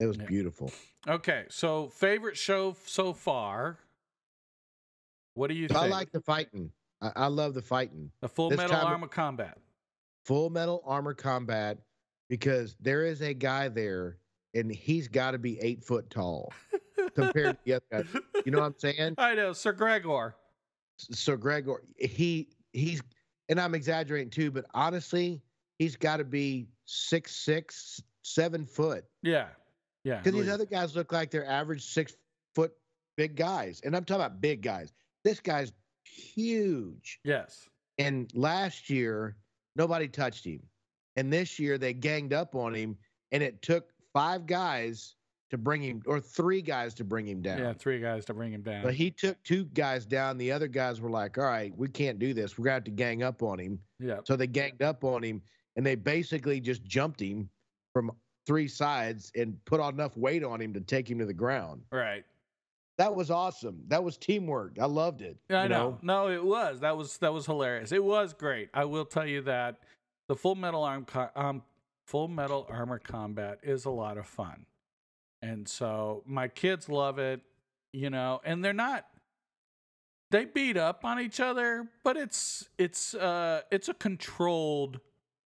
Speaker 2: it was
Speaker 1: Yeah.
Speaker 2: beautiful.
Speaker 1: Okay, so favorite show f- so far. What do you think?
Speaker 2: I like the fighting. I, I love the fighting.
Speaker 1: the Full
Speaker 2: this
Speaker 1: Metal
Speaker 2: time-
Speaker 1: Armor Combat.
Speaker 2: Full Metal Armor Combat, because there is a guy there, and he's got to be eight foot tall
Speaker 1: [LAUGHS]
Speaker 2: compared to the other guy. You know what I'm saying?
Speaker 1: I know Sir Gregor.
Speaker 2: so Gregor, he he's and I'm exaggerating too, but honestly, he's got to be six six, seven foot.
Speaker 1: Yeah, yeah.
Speaker 2: Because
Speaker 1: really.
Speaker 2: these other guys look like they're average six foot big guys, and I'm talking about big guys. This guy's huge.
Speaker 1: yes,
Speaker 2: And last year, nobody touched him, and this year they ganged up on him, and it took five guys to bring him, or three guys to bring him down.
Speaker 1: yeah. Three guys to bring him down.
Speaker 2: But he took two guys down. The other guys were like, all right, we can't do this. We're going to have to gang up on him.
Speaker 1: yeah,
Speaker 2: So they ganged up on him and they basically just jumped him from three sides and put enough weight on him to take him to the ground.
Speaker 1: right.
Speaker 2: That was awesome. That was teamwork. I loved it.
Speaker 1: I
Speaker 2: you
Speaker 1: know. No, it was that was that was hilarious. It was great. I will tell you that the Full Metal Arm co- um, Full Metal Armor Combat is a lot of fun, and so my kids love it. You know, and they're not. They beat up on each other, but it's it's uh it's a controlled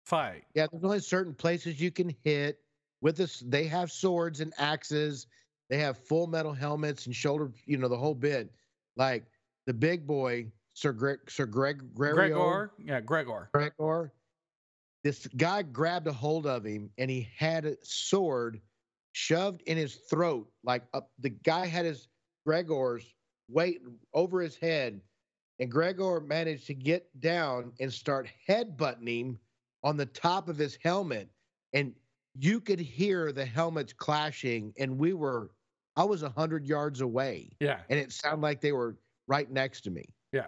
Speaker 1: fight.
Speaker 2: Yeah, there's only certain places you can hit with this. They have swords and axes. They have full metal helmets and shoulder, you know, the whole bit. Like the big boy, Sir Greg, Sir Greg, Gregorio,
Speaker 1: Gregor, yeah, Gregor,
Speaker 2: Gregor. This guy grabbed a hold of him and he had a sword shoved in his throat. Like up, the guy had his Gregor's weight over his head, and Gregor managed to get down and start headbutting him on the top of his helmet. And you could hear the helmets clashing, and we were, I was 100 yards away,
Speaker 1: yeah,
Speaker 2: and it sounded like they were right next to me.
Speaker 1: Yeah.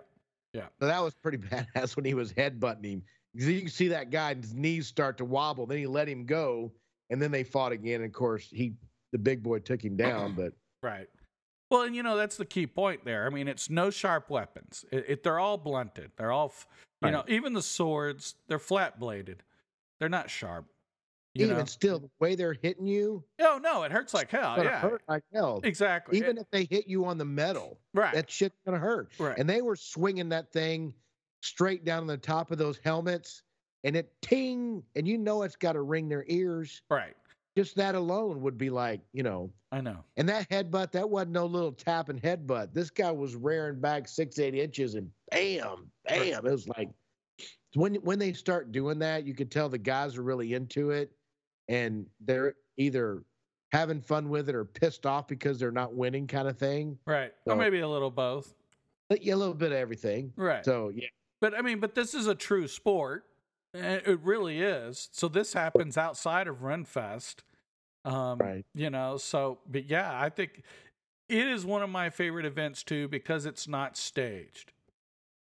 Speaker 1: Yeah.
Speaker 2: So that was pretty [LAUGHS] badass when he was headbutting him. 'Cause You can see that guy's knees start to wobble. Then he let him go, and then they fought again. And of course, he the big boy took him down. But
Speaker 1: right. Well, and you know that's the key point there. I mean, it's no sharp weapons. It, it they're all blunted. They're all f- You know, even the swords, they're flat bladed. They're not sharp. [CLEARS THROAT] You
Speaker 2: even
Speaker 1: know?
Speaker 2: still, the way they're hitting you,
Speaker 1: Oh no, it hurts like
Speaker 2: it's
Speaker 1: hell.
Speaker 2: gonna
Speaker 1: Yeah.
Speaker 2: hurt like hell.
Speaker 1: Exactly.
Speaker 2: Even
Speaker 1: It-
Speaker 2: if they hit you on the metal,
Speaker 1: right.
Speaker 2: that shit's gonna hurt.
Speaker 1: right.
Speaker 2: And they were swinging that thing straight down the top of those helmets, and it ting, and you know it's got to ring their ears.
Speaker 1: right.
Speaker 2: Just that alone would be like, you know,
Speaker 1: I know.
Speaker 2: And that headbutt, that wasn't no little tap and headbutt. This guy was rearing back six, eight inches and bam, bam. It was like when when they start doing that, you could tell the guys are really into it and they're either having fun with it or pissed off because they're not winning kind of thing.
Speaker 1: Right. or
Speaker 2: So-
Speaker 1: maybe a little both.
Speaker 2: But yeah, a little bit of everything.
Speaker 1: Right.
Speaker 2: So yeah.
Speaker 1: but I mean, but this is a true sport. and It really is. So this happens outside of Renfest. Um,
Speaker 2: Right.
Speaker 1: You know, so, but yeah, I think it is one of my favorite events too because it's not staged.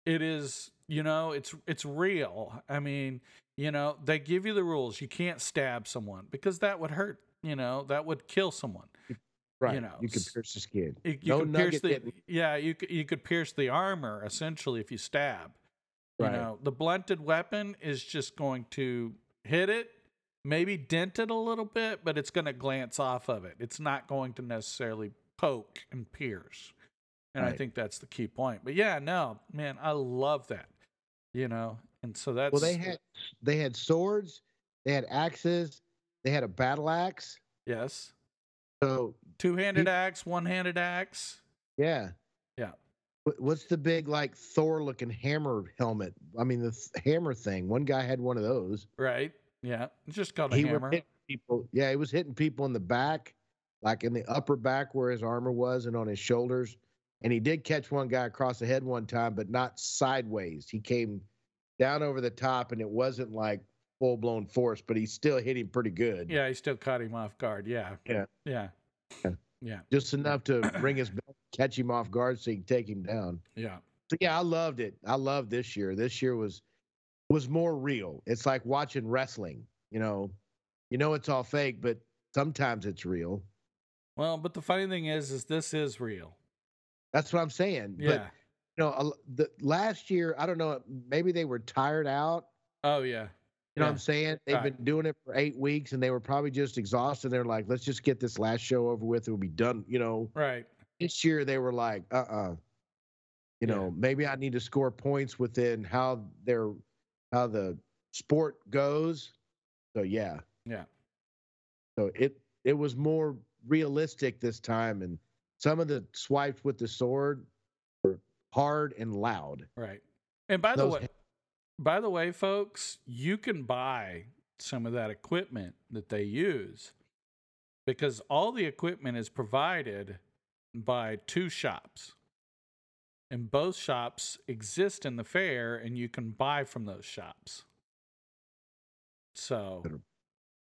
Speaker 1: It is, you know, it's it's real. I mean, you know, they give you the rules. You can't stab someone because that would hurt. You know, that would kill someone.
Speaker 2: Right.
Speaker 1: You know,
Speaker 2: you can
Speaker 1: s-
Speaker 2: pierce the skin.
Speaker 1: You, you
Speaker 2: No
Speaker 1: could pierce
Speaker 2: nugget
Speaker 1: the
Speaker 2: getting-
Speaker 1: yeah. You c- you could pierce the armor essentially if you stab.
Speaker 2: Right.
Speaker 1: You know, the blunted weapon is just going to hit it, maybe dent it a little bit, but it's going to glance off of it. It's not going to necessarily poke and pierce. And I
Speaker 2: Right.
Speaker 1: think that's the key point. But yeah, no, man, I love that. You know, and so that's
Speaker 2: Well, they had they had swords, they had axes, they had a battle axe.
Speaker 1: yes,
Speaker 2: So
Speaker 1: two-handed
Speaker 2: He-
Speaker 1: axe, one-handed axe.
Speaker 2: Yeah.
Speaker 1: Yeah.
Speaker 2: What, what's the big like Thor looking hammer helmet? I mean the th- hammer thing. One guy had one of those.
Speaker 1: Right? Yeah, it's just called a
Speaker 2: He was
Speaker 1: hammer.
Speaker 2: hitting people. Yeah, he was hitting people in the back. like in the upper back where his armor was and on his shoulders. And he did catch one guy across the head one time, but not sideways. He came down over the top and it wasn't like full blown force, but he still hit him pretty good.
Speaker 1: Yeah, he still caught him off guard. Yeah.
Speaker 2: Yeah.
Speaker 1: Yeah.
Speaker 2: Yeah.
Speaker 1: Yeah.
Speaker 2: Just enough to bring his belt, catch him off guard so he can take him down.
Speaker 1: Yeah.
Speaker 2: So yeah, I loved it. I loved this year. This year was was more real. It's like watching wrestling, you know. You know it's all fake, but sometimes it's real.
Speaker 1: Well, but the funny thing is, is this is real.
Speaker 2: That's what I'm saying. But
Speaker 1: Yeah.
Speaker 2: you know, a- the last year, I don't know, maybe they were tired out.
Speaker 1: oh yeah.
Speaker 2: You
Speaker 1: Yeah.
Speaker 2: know what I'm saying? They've
Speaker 1: Right.
Speaker 2: been doing it for eight weeks and they were probably just exhausted. They're like, let's just get this last show over with. It'll be done. You know,
Speaker 1: Right.
Speaker 2: this year they were like, uh uh You
Speaker 1: Yeah.
Speaker 2: know, maybe I need to score points within how their how the sport goes. So yeah.
Speaker 1: Yeah.
Speaker 2: So it it was more realistic this time and some of the swipes with the sword were hard and loud.
Speaker 1: Right. And by the
Speaker 2: Those-
Speaker 1: way, by the way, folks, you can buy some of that equipment that they use because all the equipment is provided by two shops. And both shops exist in the fair and you can buy from those shops. So,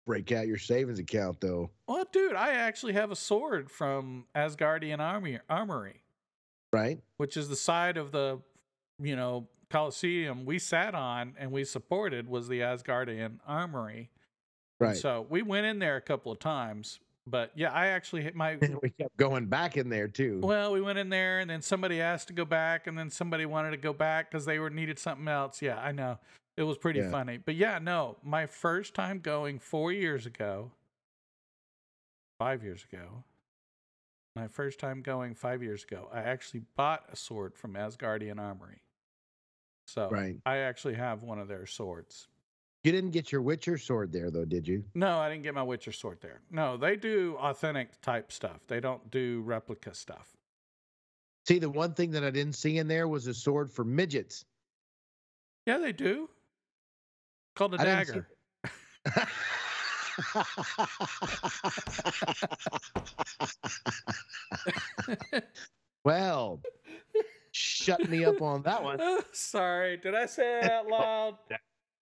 Speaker 2: Break out your savings account though.
Speaker 1: well, dude, I actually have a sword from Asgardian Army Armory.
Speaker 2: Right?
Speaker 1: which is the side of the you know Coliseum we sat on and we supported was the Asgardian armory. And
Speaker 2: Right.
Speaker 1: So we went in there a couple of times, but yeah, I actually hit my
Speaker 2: [LAUGHS] And we kept going back in there too.
Speaker 1: well, we went in there and then somebody asked to go back and then somebody wanted to go back cuz they were needed something else. Yeah, I know. It was pretty
Speaker 2: Yeah.
Speaker 1: funny. But yeah, no, my first time going 4 years ago 5 years ago. My first time going 5 years ago, I actually bought a sword from Asgardian Armory. So
Speaker 2: Right.
Speaker 1: I actually have one of their swords.
Speaker 2: You didn't get your Witcher sword there though, did you?
Speaker 1: No, I didn't get my Witcher sword there. No, they do authentic type stuff. They don't do replica stuff.
Speaker 2: See, the one thing that I didn't see in there was a sword for midgets.
Speaker 1: Yeah, they do. Called a
Speaker 2: I didn't see
Speaker 1: dagger.
Speaker 2: well, shut me up on that one.
Speaker 1: Oh, [LAUGHS] Sorry, did I say
Speaker 2: [LAUGHS]
Speaker 1: it out loud?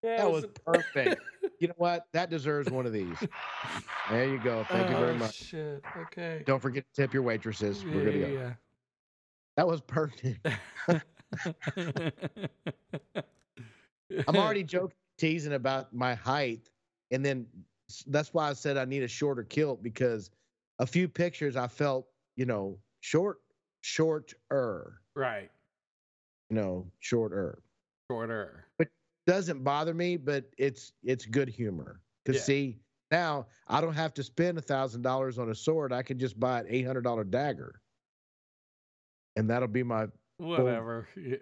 Speaker 2: That was perfect. You know what? That deserves one of these. There you go. Thank you very
Speaker 1: Oh,
Speaker 2: much.
Speaker 1: Shit. Okay.
Speaker 2: Don't forget to tip your waitresses. We're good to go.
Speaker 1: Yeah.
Speaker 2: That was perfect.
Speaker 1: [LAUGHS]
Speaker 2: I'm already joking, teasing about my height, and then s- that's why I said I need a shorter kilt because a few pictures I felt, you know, short, shorter,
Speaker 1: right.
Speaker 2: you know, shorter.
Speaker 1: Shorter.
Speaker 2: Doesn't bother me, but it's it's good humor. Cause
Speaker 1: Yeah.
Speaker 2: see, now I don't have to spend a thousand dollars on a sword. I can just buy an eight hundred dollar dagger, and that'll
Speaker 1: [LAUGHS]
Speaker 2: be my
Speaker 1: Whatever. Yeah.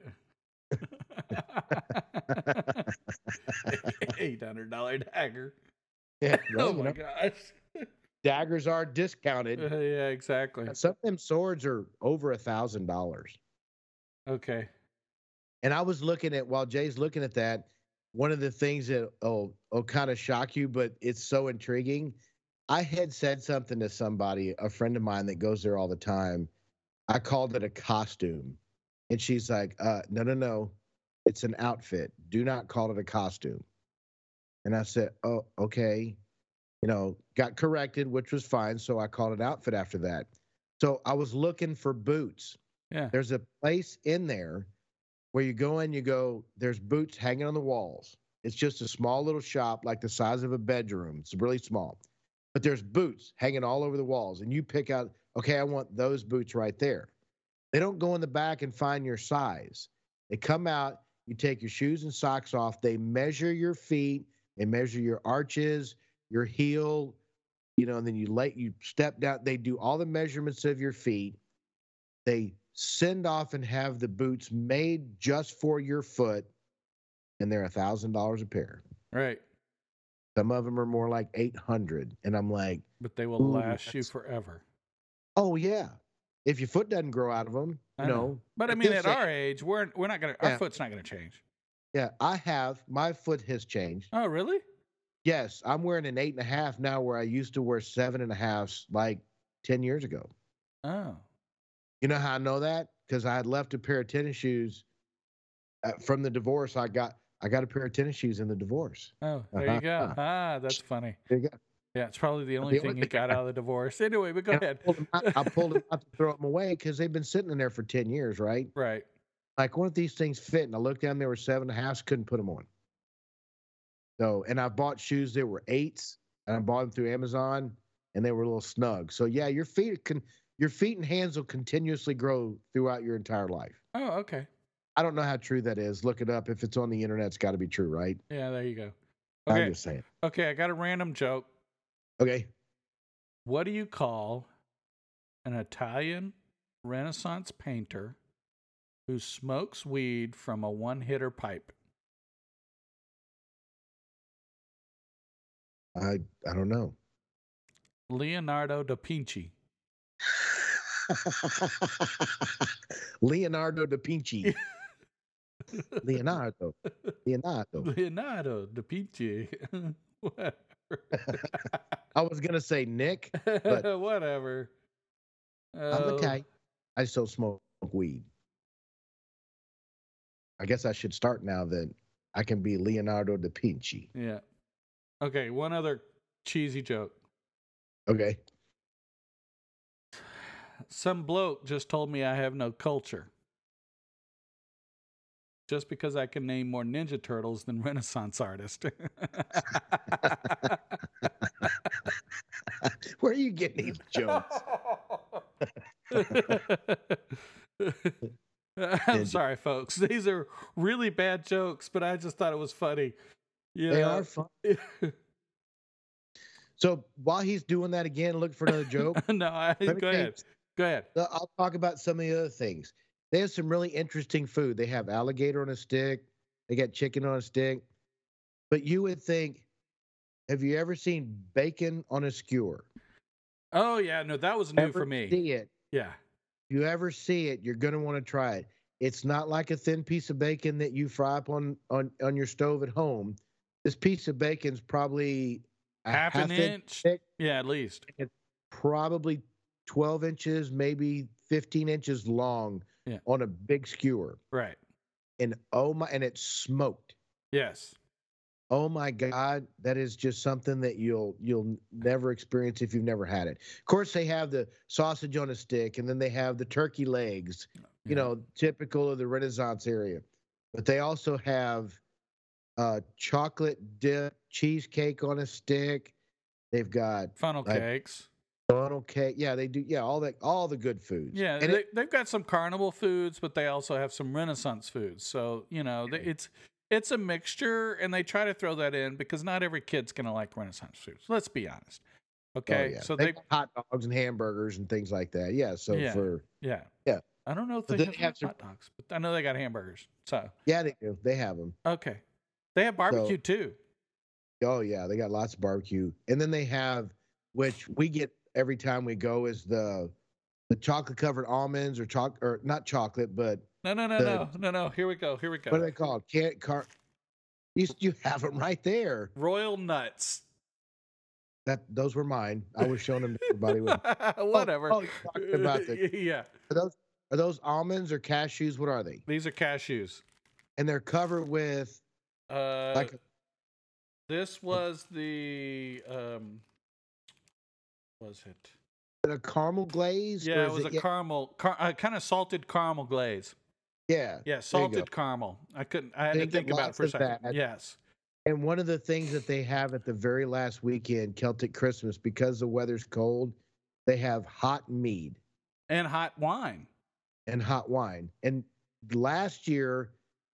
Speaker 1: [LAUGHS] Eight hundred dollar dagger.
Speaker 2: yeah. well,
Speaker 1: Oh
Speaker 2: you
Speaker 1: my
Speaker 2: know,
Speaker 1: gosh.
Speaker 2: daggers are discounted.
Speaker 1: [LAUGHS] Uh, yeah, exactly.
Speaker 2: Some of them swords are over a thousand dollars.
Speaker 1: Okay.
Speaker 2: And I was looking at while Jay's looking at that, one of the things that will will kind of shock you, but it's so intriguing. I had said something to somebody, a friend of mine that goes there all the time. I called it a costume. And she's like, uh, no, no, no. It's an outfit. Do not call it a costume. And I said, oh, okay. You know, got corrected, which was fine. So I called it outfit after that. So I was looking for boots.
Speaker 1: Yeah.
Speaker 2: There's a place in there where you go in, you go, there's boots hanging on the walls. It's just a small little shop, like the size of a bedroom. It's really small, but there's boots hanging all over the walls. And you pick out, okay, I want those boots right there. They don't go in the back and find your size. They come out, you take your shoes and socks off, they measure your feet, they measure your arches, your heel, you know, and then you let you step down. They do all the measurements of your feet they send off and have the boots made just for your foot and they're a thousand dollars a pair
Speaker 1: Right.
Speaker 2: some of them are more like 800 and i'm like
Speaker 1: But they will
Speaker 2: Ooh,
Speaker 1: last you
Speaker 2: that's-
Speaker 1: forever.
Speaker 2: oh yeah if your foot doesn't grow out of them
Speaker 1: I
Speaker 2: you
Speaker 1: know.
Speaker 2: know
Speaker 1: But I
Speaker 2: At
Speaker 1: mean,
Speaker 2: this
Speaker 1: at our age, we're we're not gonna. Our
Speaker 2: Yeah.
Speaker 1: foot's not gonna change.
Speaker 2: yeah i have my foot has changed
Speaker 1: Oh, really?
Speaker 2: yes i'm wearing an eight and a half now where i used to wear seven and a halfs like 10 years ago.
Speaker 1: Oh.
Speaker 2: You know how I know that? Because I had left a pair of tennis shoes uh, from the divorce. I got I got a pair of tennis shoes in the divorce.
Speaker 1: Oh, there you go.
Speaker 2: Uh-huh.
Speaker 1: Ah, that's funny.
Speaker 2: There you go.
Speaker 1: Yeah, it's probably the only
Speaker 2: only
Speaker 1: thing you
Speaker 2: thing
Speaker 1: got out of the divorce. Anyway, but go
Speaker 2: And
Speaker 1: ahead.
Speaker 2: I pulled them out, I pulled
Speaker 1: [LAUGHS]
Speaker 2: them out to throw them away because they've been sitting in there for 10 years, right?
Speaker 1: Right.
Speaker 2: Like, one of these things fit? And I looked down, there were seven and a halves, couldn't put them on. So, and I bought shoes that were eights, and I bought them through Amazon, and they were a little snug. So, yeah, your feet can, your feet and hands will continuously grow throughout your entire life.
Speaker 1: Oh, okay.
Speaker 2: I don't know how true that is. Look it up. If it's on the internet, it's got to be true, right?
Speaker 1: Yeah, there you go.
Speaker 2: I'm
Speaker 1: Okay.
Speaker 2: just saying.
Speaker 1: Okay, I got a random joke.
Speaker 2: Okay.
Speaker 1: What do you call an Italian Renaissance painter who smokes weed from a one hitter pipe?
Speaker 2: I, I don't know.
Speaker 1: Leonardo da Vinci. [LAUGHS]
Speaker 2: Leonardo da Vinci. Leonardo. Leonardo.
Speaker 1: [LAUGHS] Leonardo da Vinci. [LAUGHS] Whatever. [LAUGHS]
Speaker 2: I was gonna say Nick. But-
Speaker 1: Whatever.
Speaker 2: I'm
Speaker 1: Oh,
Speaker 2: okay. I still smoke weed. I guess I should start now that I can be Leonardo da Vinci.
Speaker 1: Yeah. Okay, one other cheesy joke.
Speaker 2: Okay. [LAUGHS]
Speaker 1: Some bloke just told me I have no culture. Just because I can name more Ninja Turtles than Renaissance
Speaker 2: [LAUGHS]
Speaker 1: artist. [LAUGHS]
Speaker 2: Where are you getting these jokes?
Speaker 1: [LAUGHS] I'm sorry, folks. These are really bad jokes, but I just thought it was funny. You
Speaker 2: They
Speaker 1: know?
Speaker 2: are fun. So while he's doing that again, look for another joke.
Speaker 1: [LAUGHS] no, I,
Speaker 2: Let me
Speaker 1: go ahead.
Speaker 2: change.
Speaker 1: Go ahead.
Speaker 2: No, I'll talk about some of the other things. They have some really interesting food. They have alligator on a stick. They got chicken on a stick. But you would think, have you ever seen bacon on a skewer?
Speaker 1: Oh yeah, no, that was new
Speaker 2: Ever
Speaker 1: for me.
Speaker 2: See it.
Speaker 1: Yeah.
Speaker 2: If you ever see it, you're gonna want to try it. It's not like a thin piece of bacon that you fry up on on, on your stove at home. This piece of bacon's probably a
Speaker 1: Half, an inch.
Speaker 2: thick,
Speaker 1: Yeah, at least.
Speaker 2: probably 12 inches, maybe 15 inches long
Speaker 1: Yeah.
Speaker 2: on a big skewer.
Speaker 1: Right.
Speaker 2: and oh my and it's smoked
Speaker 1: Yes.
Speaker 2: oh my god that is just something that you'll you'll never experience if you've never had it of course they have the sausage on a stick and then they have the turkey legs
Speaker 1: Yeah.
Speaker 2: you know typical of the renaissance area but they also have uh chocolate dip cheesecake on a stick they've got
Speaker 1: Funnel
Speaker 2: Right.
Speaker 1: cakes.
Speaker 2: funnel cake yeah they do yeah all that all the good foods
Speaker 1: Yeah,
Speaker 2: and
Speaker 1: they,
Speaker 2: it,
Speaker 1: they've got some carnival foods, but they also have some Renaissance foods. So you know, they,
Speaker 2: Okay.
Speaker 1: it's it's a mixture, and they try to throw that in because not every kid's gonna like Renaissance foods. Let's be honest. Okay,
Speaker 2: oh, yeah.
Speaker 1: so they,
Speaker 2: got hot dogs and hamburgers and things like that yeah so
Speaker 1: Yeah.
Speaker 2: for
Speaker 1: yeah
Speaker 2: Yeah.
Speaker 1: I don't know if they
Speaker 2: But they
Speaker 1: have,
Speaker 2: have some-
Speaker 1: hot dogs, but I know they got hamburgers. So
Speaker 2: yeah they do they have them
Speaker 1: okay, they have barbecue too.
Speaker 2: Oh yeah, they got lots of barbecue, and then they have, which we get every time we go, is the the chocolate covered almonds or choc or not chocolate, but
Speaker 1: No, no, no,
Speaker 2: the-
Speaker 1: no, no, no. Here we go. Here we go.
Speaker 2: what are they called? Can't car. You s- you have them right there.
Speaker 1: Royal nuts.
Speaker 2: That those were mine. I was showing them to everybody. When,
Speaker 1: [LAUGHS] Whatever.
Speaker 2: Oh, you're talking about the,
Speaker 1: [LAUGHS] yeah,
Speaker 2: are those are those almonds or cashews? What are they?
Speaker 1: these are cashews.
Speaker 2: And they're covered with
Speaker 1: Uh,
Speaker 2: like oh. a-
Speaker 1: This was the um was it?
Speaker 2: a caramel glaze. or
Speaker 1: Yeah, it
Speaker 2: is
Speaker 1: was a
Speaker 2: yeah,
Speaker 1: caramel car, uh, kind of salted caramel glaze.
Speaker 2: yeah.
Speaker 1: Yeah, salted caramel. I couldn't I had
Speaker 2: They
Speaker 1: to think
Speaker 2: get
Speaker 1: about it
Speaker 2: lots
Speaker 1: for a
Speaker 2: of
Speaker 1: second.
Speaker 2: that.
Speaker 1: Yes.
Speaker 2: And one of the things that they have at the very last weekend, Celtic Christmas, because the weather's cold, they have hot mead
Speaker 1: And hot wine.
Speaker 2: and hot wine. And last year,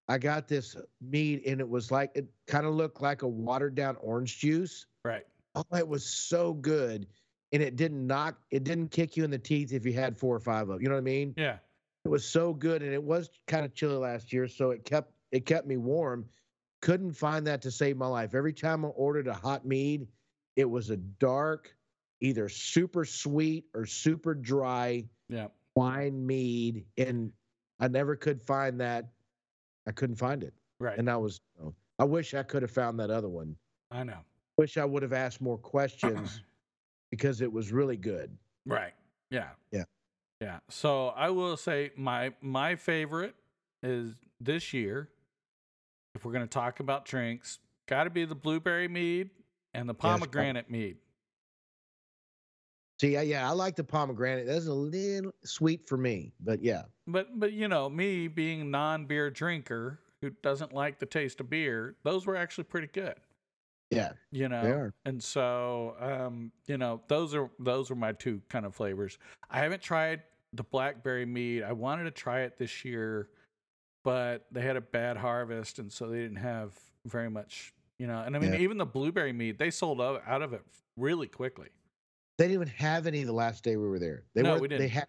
Speaker 2: I got this mead and it was like, it kind of looked like a watered down orange juice.
Speaker 1: Right.
Speaker 2: Oh, it was so good. And it didn't knock, it didn't kick you in the teeth if you had four or five of 'em, You know what I mean?
Speaker 1: Yeah.
Speaker 2: It was so good. And it was kind of chilly last year. So it kept, it kept me warm. couldn't find that to save my life. Every time I ordered a hot mead, it was a dark, either super sweet or super dry
Speaker 1: Yeah.
Speaker 2: wine mead, and I never could find that. I couldn't find it,
Speaker 1: Right.
Speaker 2: and I was. you know, I wish I could have found that other one.
Speaker 1: I know.
Speaker 2: Wish I would have asked more questions because it was really good.
Speaker 1: Right. Yeah.
Speaker 2: Yeah.
Speaker 1: Yeah. So I will say my my favorite is this year. If we're going to talk about drinks, got to be the blueberry mead and the
Speaker 2: right.
Speaker 1: pomegranate mead.
Speaker 2: See, yeah, yeah, I like the pomegranate. That's a little sweet for me, but yeah,
Speaker 1: But but you know, me being a non-beer drinker who doesn't like the taste of beer, those were actually pretty good.
Speaker 2: yeah,
Speaker 1: You know.
Speaker 2: they are.
Speaker 1: And so, um, you know, those are those are my two kind of flavors. I haven't tried the blackberry mead. I wanted to try it this year, but they had a bad harvest, and so they didn't have very much. You know, and I mean,
Speaker 2: Yeah.
Speaker 1: even the blueberry mead, they sold out, out of it really quickly.
Speaker 2: They didn't even have any the last day we were there. They
Speaker 1: No,
Speaker 2: weren't-
Speaker 1: we didn't.
Speaker 2: They had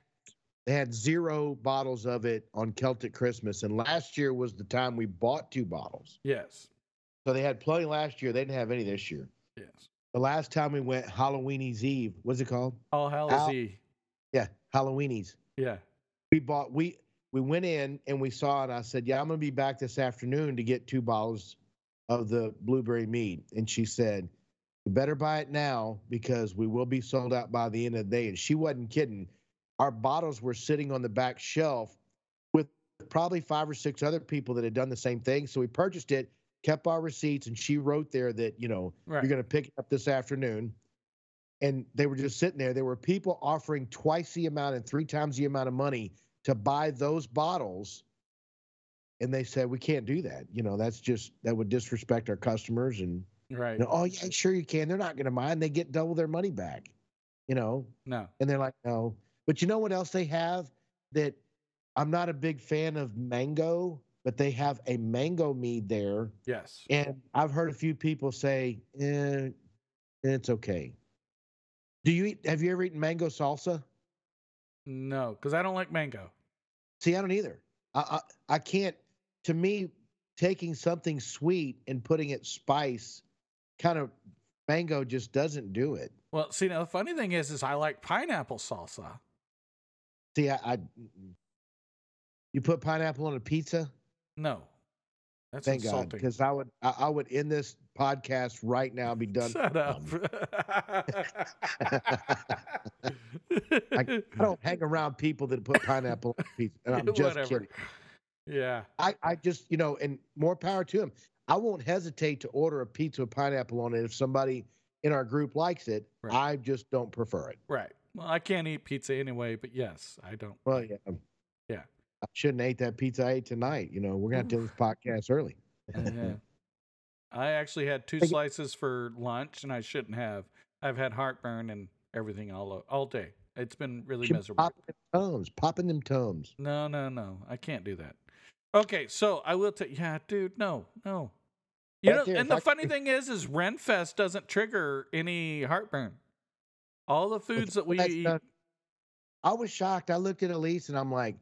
Speaker 2: they had zero bottles of it on Celtic Christmas, and last year was the time we bought two bottles.
Speaker 1: Yes,
Speaker 2: So they had plenty last year. They didn't have any this year.
Speaker 1: yes.
Speaker 2: The last time we went, Halloween's Eve. What's it called?
Speaker 1: All
Speaker 2: Al-
Speaker 1: Hallows Eve.
Speaker 2: Yeah, Halloween's.
Speaker 1: Yeah,
Speaker 2: We bought we we went in and we saw and I said, "Yeah, I'm gonna be back this afternoon to get two bottles of the blueberry mead." And she said, "You better buy it now because we will be sold out by the end of the day." And she wasn't kidding. Our bottles were sitting on the back shelf with probably five or six other people that had done the same thing. So we purchased it, kept our receipts, and she wrote there that you know
Speaker 1: right.
Speaker 2: you're going to pick it up this afternoon. And they were just sitting there. There were people offering twice the amount and three times the amount of money to buy those bottles. And they said, we can't do that. You know, that's just, that would disrespect our customers. And,
Speaker 1: right.
Speaker 2: you know, oh, yeah, sure you can. They're not going to mind. They get double their money back, you know?
Speaker 1: No.
Speaker 2: And they're like, no. But you know what else they have that I'm not a big fan of mango, but they have a mango mead there
Speaker 1: Yes.
Speaker 2: and I've heard a few people say, eh, it's okay. Do you eat, have you ever eaten mango salsa?
Speaker 1: No, because I don't like mango.
Speaker 2: See, I don't either. I, I, I can't, to me, taking something sweet and putting it spice, kind of mango just doesn't do it.
Speaker 1: Well, see, now the funny thing is, is I like pineapple salsa.
Speaker 2: See, I, I you put pineapple on a pizza?
Speaker 1: No, that's
Speaker 2: Thank God,
Speaker 1: insulting.
Speaker 2: because I would, I, I would end this podcast right now,
Speaker 1: [LAUGHS]
Speaker 2: be done. [LAUGHS]
Speaker 1: Shut up.
Speaker 2: um,
Speaker 1: [LAUGHS]
Speaker 2: I I don't hang around people that put pineapple on pizza.
Speaker 1: [LAUGHS]
Speaker 2: And I'm just
Speaker 1: Whatever.
Speaker 2: kidding.
Speaker 1: Yeah.
Speaker 2: I, I just, you know, and more power to him. I won't hesitate to order a pizza with pineapple on it if somebody in our group likes it.
Speaker 1: Right.
Speaker 2: I just don't prefer it.
Speaker 1: Right. Well, I can't eat pizza anyway, but yes, I don't.
Speaker 2: Well, yeah.
Speaker 1: Yeah.
Speaker 2: I shouldn't have ate that pizza I ate tonight. You know, we're going to do this podcast early. [LAUGHS]
Speaker 1: Yeah. I actually had two
Speaker 2: Thank you.
Speaker 1: slices for lunch, and I shouldn't have. I've had heartburn and everything all o- all day. It's been really
Speaker 2: Should be
Speaker 1: miserable.
Speaker 2: popping them tums, popping them tums.
Speaker 1: No, no, no. I can't do that. Okay, so I will tell yeah, dude, no, no. You
Speaker 2: Right
Speaker 1: know,
Speaker 2: there,
Speaker 1: and the
Speaker 2: Dr.
Speaker 1: funny thing is, is Renfest doesn't trigger any heartburn. All the foods that we
Speaker 2: That's
Speaker 1: eat,
Speaker 2: not- I was shocked. I looked at Elise and I'm like,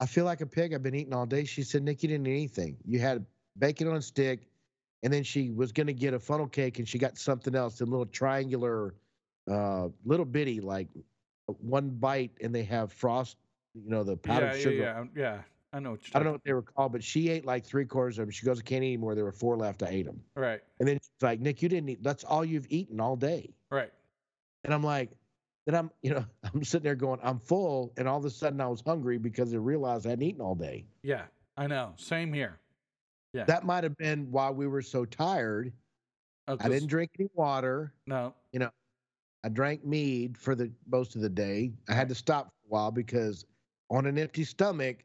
Speaker 2: I feel like a pig. I've been eating all day. She said, Nick, you didn't eat anything. You had bacon on a stick, and then she was going to get a funnel cake, and she got something else, a little triangular, uh, little bitty, like one bite, and they have frost, you know, the powdered
Speaker 1: yeah, yeah,
Speaker 2: sugar.
Speaker 1: yeah, yeah. I know what you're
Speaker 2: I don't know what they were called, but she ate like three quarters of them. She goes, I can't eat anymore. There were four left. I ate them.
Speaker 1: know. Right,
Speaker 2: And then she's like, Nick, you didn't eat. That's all you've eaten all day.
Speaker 1: right.
Speaker 2: And I'm like, then I'm, you know, [LAUGHS] I'm sitting there going, I'm full. And all of a sudden I was hungry because I realized I hadn't eaten all day.
Speaker 1: Yeah, I know. Same here. Yeah.
Speaker 2: That might have been why we were so tired.
Speaker 1: Oh,
Speaker 2: I
Speaker 1: 'cause-
Speaker 2: didn't drink any water.
Speaker 1: No,
Speaker 2: I drank mead for the most of the day. I had to stop for a while because on an empty stomach,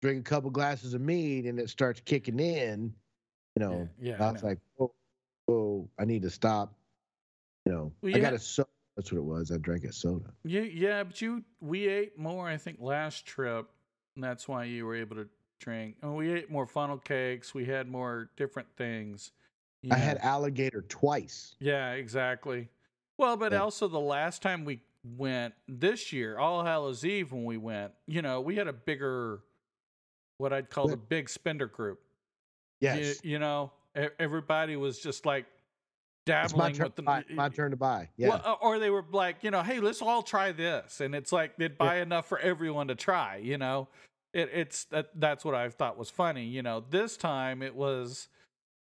Speaker 2: drink a couple glasses of mead and it starts kicking in. You know,
Speaker 1: yeah, yeah,
Speaker 2: And I
Speaker 1: I
Speaker 2: was
Speaker 1: know.
Speaker 2: like, oh, oh, I need to stop. You know,
Speaker 1: Well,
Speaker 2: I
Speaker 1: you
Speaker 2: got
Speaker 1: had-
Speaker 2: a soda. That's what it was. I drank a soda.
Speaker 1: You, yeah, but you we ate more, I think, last trip, and that's why you were able to drink. And we ate more funnel cakes. We had more different things. you
Speaker 2: I
Speaker 1: know.
Speaker 2: had alligator twice.
Speaker 1: Yeah, exactly. Well, but
Speaker 2: Yeah.
Speaker 1: also the last time we went this year, All Hallows Eve, when we went, you know, we had a bigger, what I'd call the big spender group. You-
Speaker 2: Yes.
Speaker 1: You, know, e- everybody was just like
Speaker 2: It's my
Speaker 1: dabbling
Speaker 2: turn,
Speaker 1: with
Speaker 2: to
Speaker 1: the.
Speaker 2: buy, my turn to buy. Yeah.
Speaker 1: Well, uh or they were like, you know, hey, let's all try this, and it's like they'd buy enough for everyone to try. You know, it, it's that, that's what I thought was funny. You know, this time it was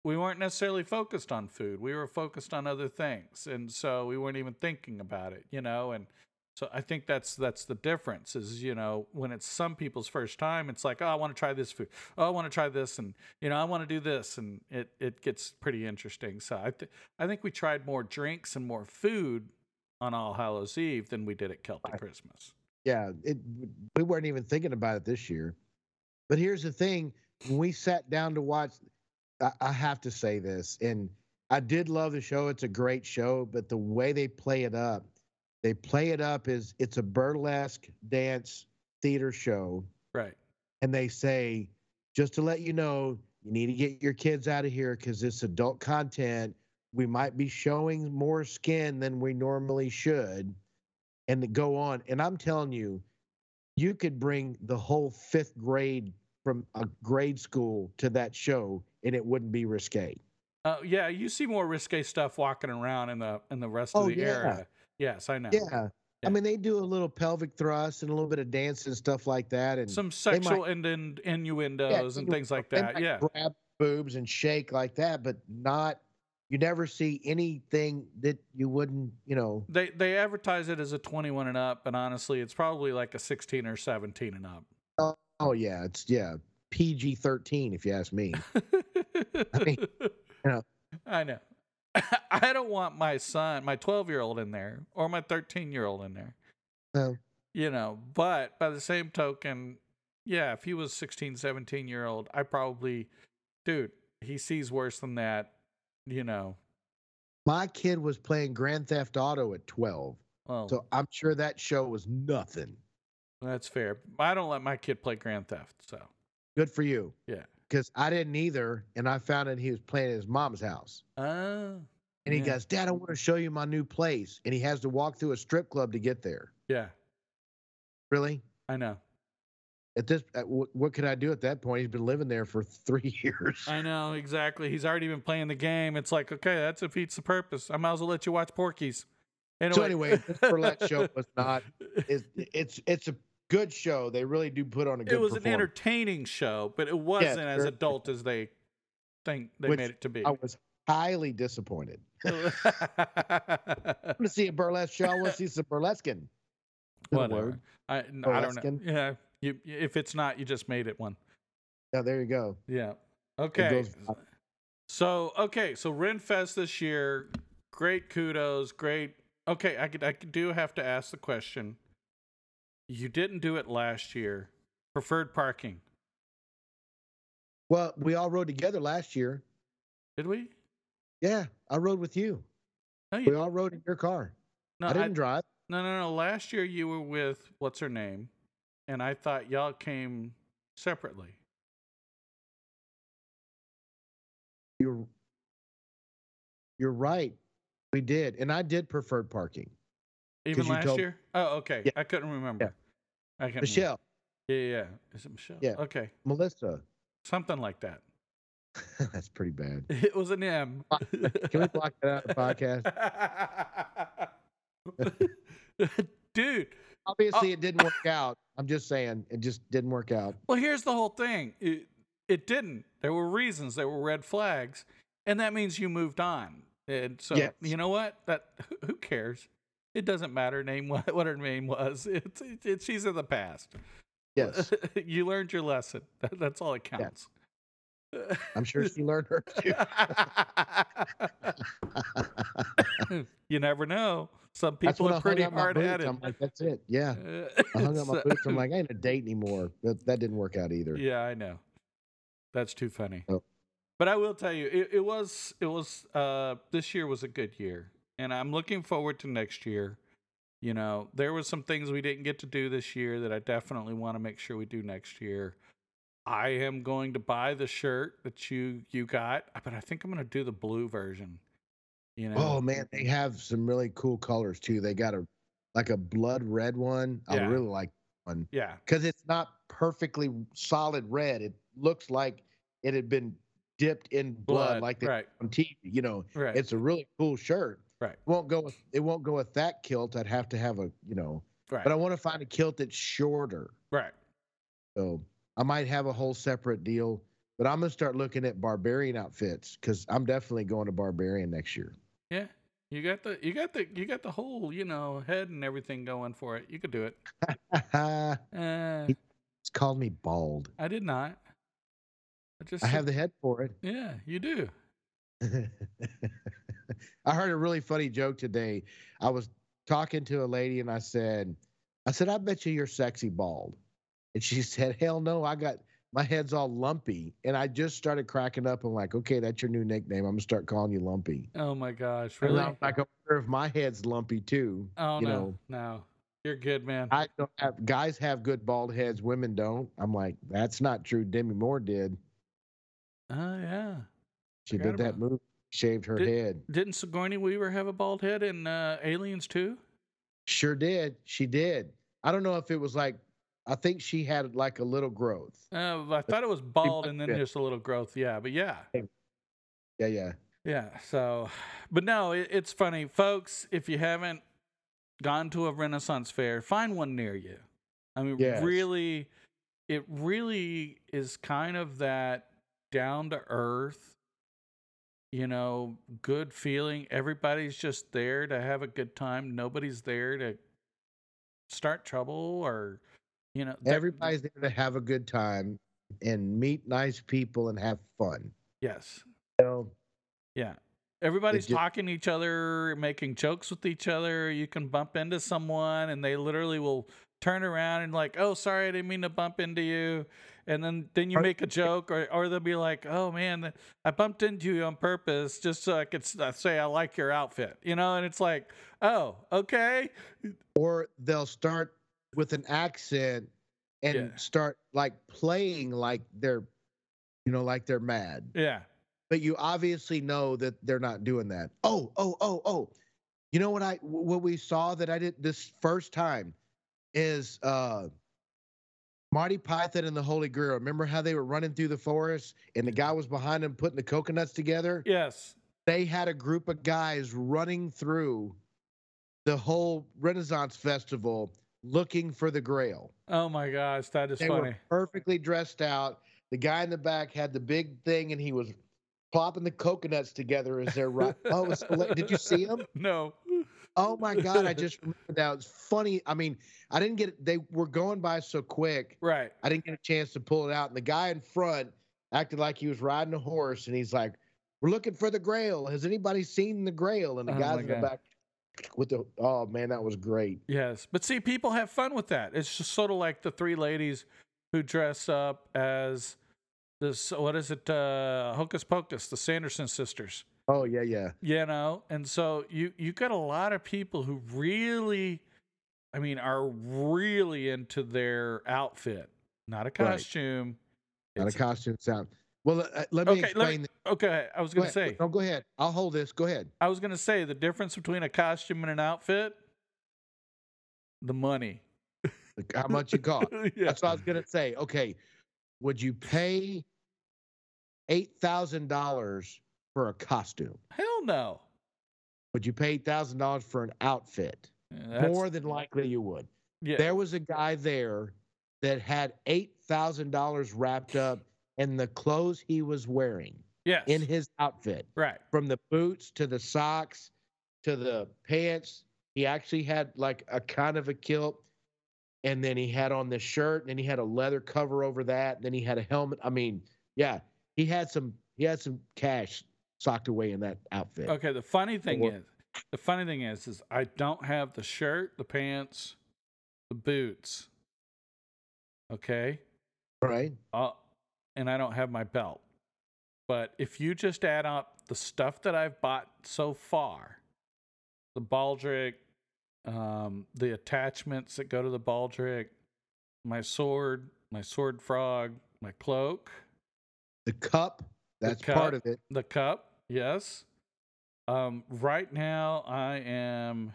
Speaker 1: we weren't necessarily focused on food; we were focused on other things, and so we weren't even thinking about it. You know, and So I think that's that's the difference is you know when it's some people's first time it's like oh I want to try this food oh I want to try this and you know I want to do this and it it gets pretty interesting so I th- I think we tried more drinks and more food on All Hallows Eve than we did at Celtic
Speaker 2: Right.
Speaker 1: Christmas
Speaker 2: Yeah, it, we weren't even thinking about it this year. But here's the thing: when we sat down to watch, I, I have to say this, and I did love the show. It's a great show, but the way they play it up, they play it up is it's a burlesque dance theater show,
Speaker 1: right
Speaker 2: and they say, just to let you know, you need to get your kids out of here because it's adult content. We might be showing more skin than we normally should, and to go on. And I'm telling you, you could bring the whole fifth grade from a grade school to that show, and it wouldn't be risque.
Speaker 1: uh, yeah you see more risque stuff walking around in the in the rest
Speaker 2: Oh,
Speaker 1: of the
Speaker 2: yeah.
Speaker 1: area yes I know
Speaker 2: Yeah.
Speaker 1: Yeah.
Speaker 2: I mean, they do a little pelvic thrust and a little bit of dance and stuff like that. And
Speaker 1: some sexual and in, innuendos and
Speaker 2: you-
Speaker 1: things like
Speaker 2: they
Speaker 1: that
Speaker 2: might
Speaker 1: yeah
Speaker 2: grab boobs and shake like that but not you never see anything that you wouldn't you know
Speaker 1: They they advertise it as a 21 and up, but honestly, it's probably like a 16 or 17 and up.
Speaker 2: oh yeah it's yeah pg-13 if you ask
Speaker 1: [LAUGHS]
Speaker 2: me mean, you know.
Speaker 1: I know. [LAUGHS] I don't want my son, my 12 year old in there or my 13 year old in there.
Speaker 2: No.
Speaker 1: You know, but by the same token, yeah, if he was 16, 17 year old, I probably, dude, he sees worse than that, you know.
Speaker 2: my kid was playing grand theft auto at 12
Speaker 1: Well,
Speaker 2: so i'm sure that show was nothing
Speaker 1: that's fair. I don't let my kid play Grand Theft, so.
Speaker 2: good for you
Speaker 1: Yeah.
Speaker 2: because i didn't either and i found out he was playing at his mom's house Oh.
Speaker 1: Uh,
Speaker 2: and he
Speaker 1: Yeah.
Speaker 2: goes dad i want to show you my new place and he has to walk through a strip club to get there
Speaker 1: yeah,
Speaker 2: really
Speaker 1: I know.
Speaker 2: at this at, what, what could i do at that point he's been living there for three [LAUGHS] years
Speaker 1: I know exactly. He's already been playing the game. It's like, okay, that defeats the purpose. I might as well let you watch Porky's.
Speaker 2: So anyway,
Speaker 1: [LAUGHS]
Speaker 2: this Burlesque show was not. It's it's it's a good show. They really do put on a good.
Speaker 1: it was an
Speaker 2: performance.
Speaker 1: entertaining show, but it wasn't as
Speaker 2: sure.
Speaker 1: adult as they think they
Speaker 2: Which
Speaker 1: made it to be.
Speaker 2: I
Speaker 1: [LAUGHS]
Speaker 2: was highly disappointed. I want to see a burlesque show. I want to see some burlesquing. Good
Speaker 1: Whatever.
Speaker 2: word.
Speaker 1: I, n- I don't know.
Speaker 2: Burlesquing.
Speaker 1: Yeah, you, if it's not, you just made it one.
Speaker 2: Yeah, there you go.
Speaker 1: Yeah. Okay.
Speaker 2: goes
Speaker 1: So okay, so Renfest this year, great kudos, great. Okay, I could I could- do have to ask the question. You didn't do it last year. Preferred parking,
Speaker 2: Well, we all rode together last year.
Speaker 1: did we?
Speaker 2: Yeah, I rode with you.
Speaker 1: No, you,
Speaker 2: We all rode in your car.
Speaker 1: no,
Speaker 2: I
Speaker 1: Uh, I-
Speaker 2: didn't drive.
Speaker 1: no, no, no. Last year you were with what's her name, and I thought y'all came separately.
Speaker 2: You're you're right. We did, and I did preferred parking.
Speaker 1: Even
Speaker 2: you
Speaker 1: last
Speaker 2: told-
Speaker 1: year? Oh, okay.
Speaker 2: Yeah.
Speaker 1: I couldn't remember. I can't.
Speaker 2: Michelle,
Speaker 1: Yeah, yeah. yeah. Is it Michelle?
Speaker 2: Yeah.
Speaker 1: Okay,
Speaker 2: Melissa,
Speaker 1: something like that. [LAUGHS]
Speaker 2: [LAUGHS] that's pretty bad.
Speaker 1: It was an M.
Speaker 2: Can we block that out of the podcast?
Speaker 1: [LAUGHS] [LAUGHS] Dude, Oh.
Speaker 2: Obviously, it didn't work out. I'm just saying, it just didn't work
Speaker 1: [LAUGHS]
Speaker 2: out.
Speaker 1: well, here's the whole thing. It, it didn't. There were reasons. There were red flags, and that means you moved on. And so,
Speaker 2: Yes.
Speaker 1: you know what? That who- who cares? It doesn't matter name what, [LAUGHS] what her name was. It's it, it, she's in the past. [LAUGHS]
Speaker 2: Yes,
Speaker 1: you learned your lesson. [LAUGHS] That, that's all that counts.
Speaker 2: I'm sure she
Speaker 1: [LAUGHS]
Speaker 2: learned her. too. [LAUGHS]
Speaker 1: you never know. Some
Speaker 2: That's
Speaker 1: people
Speaker 2: when I
Speaker 1: are
Speaker 2: hung
Speaker 1: pretty
Speaker 2: up my
Speaker 1: hard
Speaker 2: boots.
Speaker 1: headed.
Speaker 2: I'm like, that's it. Yeah,
Speaker 1: [LAUGHS] Uh,
Speaker 2: I hung up my
Speaker 1: so-
Speaker 2: boots. I'm like, I ain't a date anymore. That, that didn't work out either.
Speaker 1: yeah, I know. That's too funny.
Speaker 2: Oh.
Speaker 1: But I will tell you, it, it was it was uh this year was a good year. And I'm looking forward to next year. You know, there were some things we didn't get to do this year that I definitely want to make sure we do next year. I am going to buy the shirt that you you got, but I think I'm going to do the blue version. You know.
Speaker 2: Oh man, they have some really cool colors too. They got a like a blood red one.
Speaker 1: Yeah.
Speaker 2: I really like that one
Speaker 1: yeah.
Speaker 2: because it's not perfectly solid red. It looks like it had been dipped in blood, like they
Speaker 1: right,
Speaker 2: on TV. You know,
Speaker 1: right.
Speaker 2: it's a really cool shirt.
Speaker 1: Right.
Speaker 2: Won't go with it. Won't go with that kilt. I'd have to have a you know.
Speaker 1: right.
Speaker 2: But I want to find a kilt that's shorter.
Speaker 1: right.
Speaker 2: So I might have a whole separate deal. But I'm gonna start looking at barbarian outfits because I'm definitely going to barbarian next year. [LAUGHS]
Speaker 1: Yeah. You got the you got the you got the whole you know head and everything going for it. You could do it.
Speaker 2: it's
Speaker 1: Uh,
Speaker 2: called me bald.
Speaker 1: I did not. I just
Speaker 2: I
Speaker 1: said-
Speaker 2: have the head for it.
Speaker 1: yeah. You do.
Speaker 2: [LAUGHS] I heard a really funny joke today. I was talking to a lady and I said, I said, I bet you you're sexy bald. And she [LAUGHS] said, Hell no, I got my head's all lumpy. And I just started cracking up. I'm like, okay, that's your new nickname. I'm gonna start calling you lumpy.
Speaker 1: Oh my gosh,
Speaker 2: And
Speaker 1: really?
Speaker 2: I'm like, I wonder if my head's lumpy too.
Speaker 1: oh
Speaker 2: you
Speaker 1: no,
Speaker 2: know.
Speaker 1: no. You're good, man.
Speaker 2: I don't have guys have good bald heads, women don't. I'm like, that's not true. Demi Moore did.
Speaker 1: oh yeah.
Speaker 2: She
Speaker 1: Forgot
Speaker 2: did that
Speaker 1: about-
Speaker 2: movie, shaved her
Speaker 1: Did-
Speaker 2: head.
Speaker 1: Didn't Sigourney Weaver have a bald head in uh, Aliens too?
Speaker 2: Sure did. She did. I don't know if it was like, I think she had like a little growth.
Speaker 1: Uh, I thought it was bald and then
Speaker 2: yeah.
Speaker 1: just a little growth. Yeah, but yeah.
Speaker 2: Yeah, yeah.
Speaker 1: Yeah. So, but no, it, it's funny, folks. If you haven't gone to a Renaissance fair, find one near you. I mean,
Speaker 2: Yes.
Speaker 1: really, it really is kind of that down to earth, you know, good feeling. Everybody's just there to have a good time. Nobody's there to start trouble or, you know, that-
Speaker 2: Everybody's there to have a good time and meet nice people and have fun.
Speaker 1: Yes.
Speaker 2: So
Speaker 1: Yeah. Everybody's
Speaker 2: ju-
Speaker 1: talking to each other, making jokes with each other. You can bump into someone and they literally will turn around and like, "Oh, sorry, I didn't mean to bump into you." And then then you
Speaker 2: Are-
Speaker 1: make a joke or or they'll be like, "Oh man, I bumped into you on purpose just so I could s- uh, say I like your outfit." You know, and it's like, "Oh, okay."
Speaker 2: or they'll start with an accent and
Speaker 1: Yeah.
Speaker 2: start like playing like they're you know, like they're mad.
Speaker 1: Yeah.
Speaker 2: But you obviously know that they're not doing that. Oh, oh, oh, oh. You know what I what we saw that I did this first time is uh Marty Python and the Holy Grail. Remember how they were running through the forest and the guy was behind them putting the coconuts together?
Speaker 1: Yes.
Speaker 2: they had a group of guys running through the whole Renaissance festival looking for the Grail.
Speaker 1: Oh my gosh, that is
Speaker 2: They
Speaker 1: funny.
Speaker 2: were perfectly dressed out. The guy in the back had the big thing, and he was plopping the coconuts together as they're ri- oh, it was hila- did you see him?
Speaker 1: No.
Speaker 2: Oh
Speaker 1: [LAUGHS]
Speaker 2: my God! I just remembered that. It was funny. I mean, I didn't get. They were going by so quick.
Speaker 1: Right.
Speaker 2: I didn't get a chance to pull it out. And the guy in front acted like he was riding a horse, and he's like, "We're looking for the Grail. Has anybody seen the Grail?" And the
Speaker 1: Oh
Speaker 2: guys
Speaker 1: my
Speaker 2: in
Speaker 1: God.
Speaker 2: the back with the, "Oh man, that was great."
Speaker 1: Yes, but see, people have fun with that. It's just sort of like the three ladies who dress up as this. What is it? Uh, Hocus Pocus, the Sanderson sisters.
Speaker 2: Oh yeah, yeah.
Speaker 1: You know, and so you you got a lot of people who really, I mean, are really into their outfit, not a costume.
Speaker 2: Not a
Speaker 1: It's-
Speaker 2: costume sound. Well, uh, let
Speaker 1: Okay,
Speaker 2: me
Speaker 1: let me-
Speaker 2: explain. this.
Speaker 1: okay, I was
Speaker 2: Go
Speaker 1: gonna
Speaker 2: ahead.
Speaker 1: say,
Speaker 2: No, go ahead. I'll hold this. Go ahead.
Speaker 1: I was gonna say the difference between a costume and an outfit, the money. [LAUGHS]
Speaker 2: Like, How much it cost?
Speaker 1: yeah.
Speaker 2: That's what I was gonna say. Okay, would you pay eight thousand dollars for a costume?
Speaker 1: Hell no.
Speaker 2: Would you pay eight thousand dollars for an outfit?
Speaker 1: That's-
Speaker 2: More than likely, you would.
Speaker 1: yeah.
Speaker 2: There was a guy there that had eight thousand dollars wrapped up in the clothes he was wearing
Speaker 1: Yes.
Speaker 2: in his outfit,
Speaker 1: right.
Speaker 2: from the boots to the socks to the pants. He actually had like a kind of a kilt, and then he had on this shirt, and then he had a leather cover over that, and then he had a helmet. I mean, yeah, he had some he had some cash socked away in that outfit.
Speaker 1: Okay, the funny thing
Speaker 2: work.
Speaker 1: is, the funny thing is, is I don't have the shirt, the pants, the boots. Okay,
Speaker 2: Right?
Speaker 1: uh, and I don't have my belt. But if you just add up the stuff that I've bought so far, the baldric, um, the attachments that go to the baldric, my sword, my sword frog, my cloak,
Speaker 2: The cup.
Speaker 1: The
Speaker 2: That's
Speaker 1: cup.
Speaker 2: part of it.
Speaker 1: the cup yes um right now i am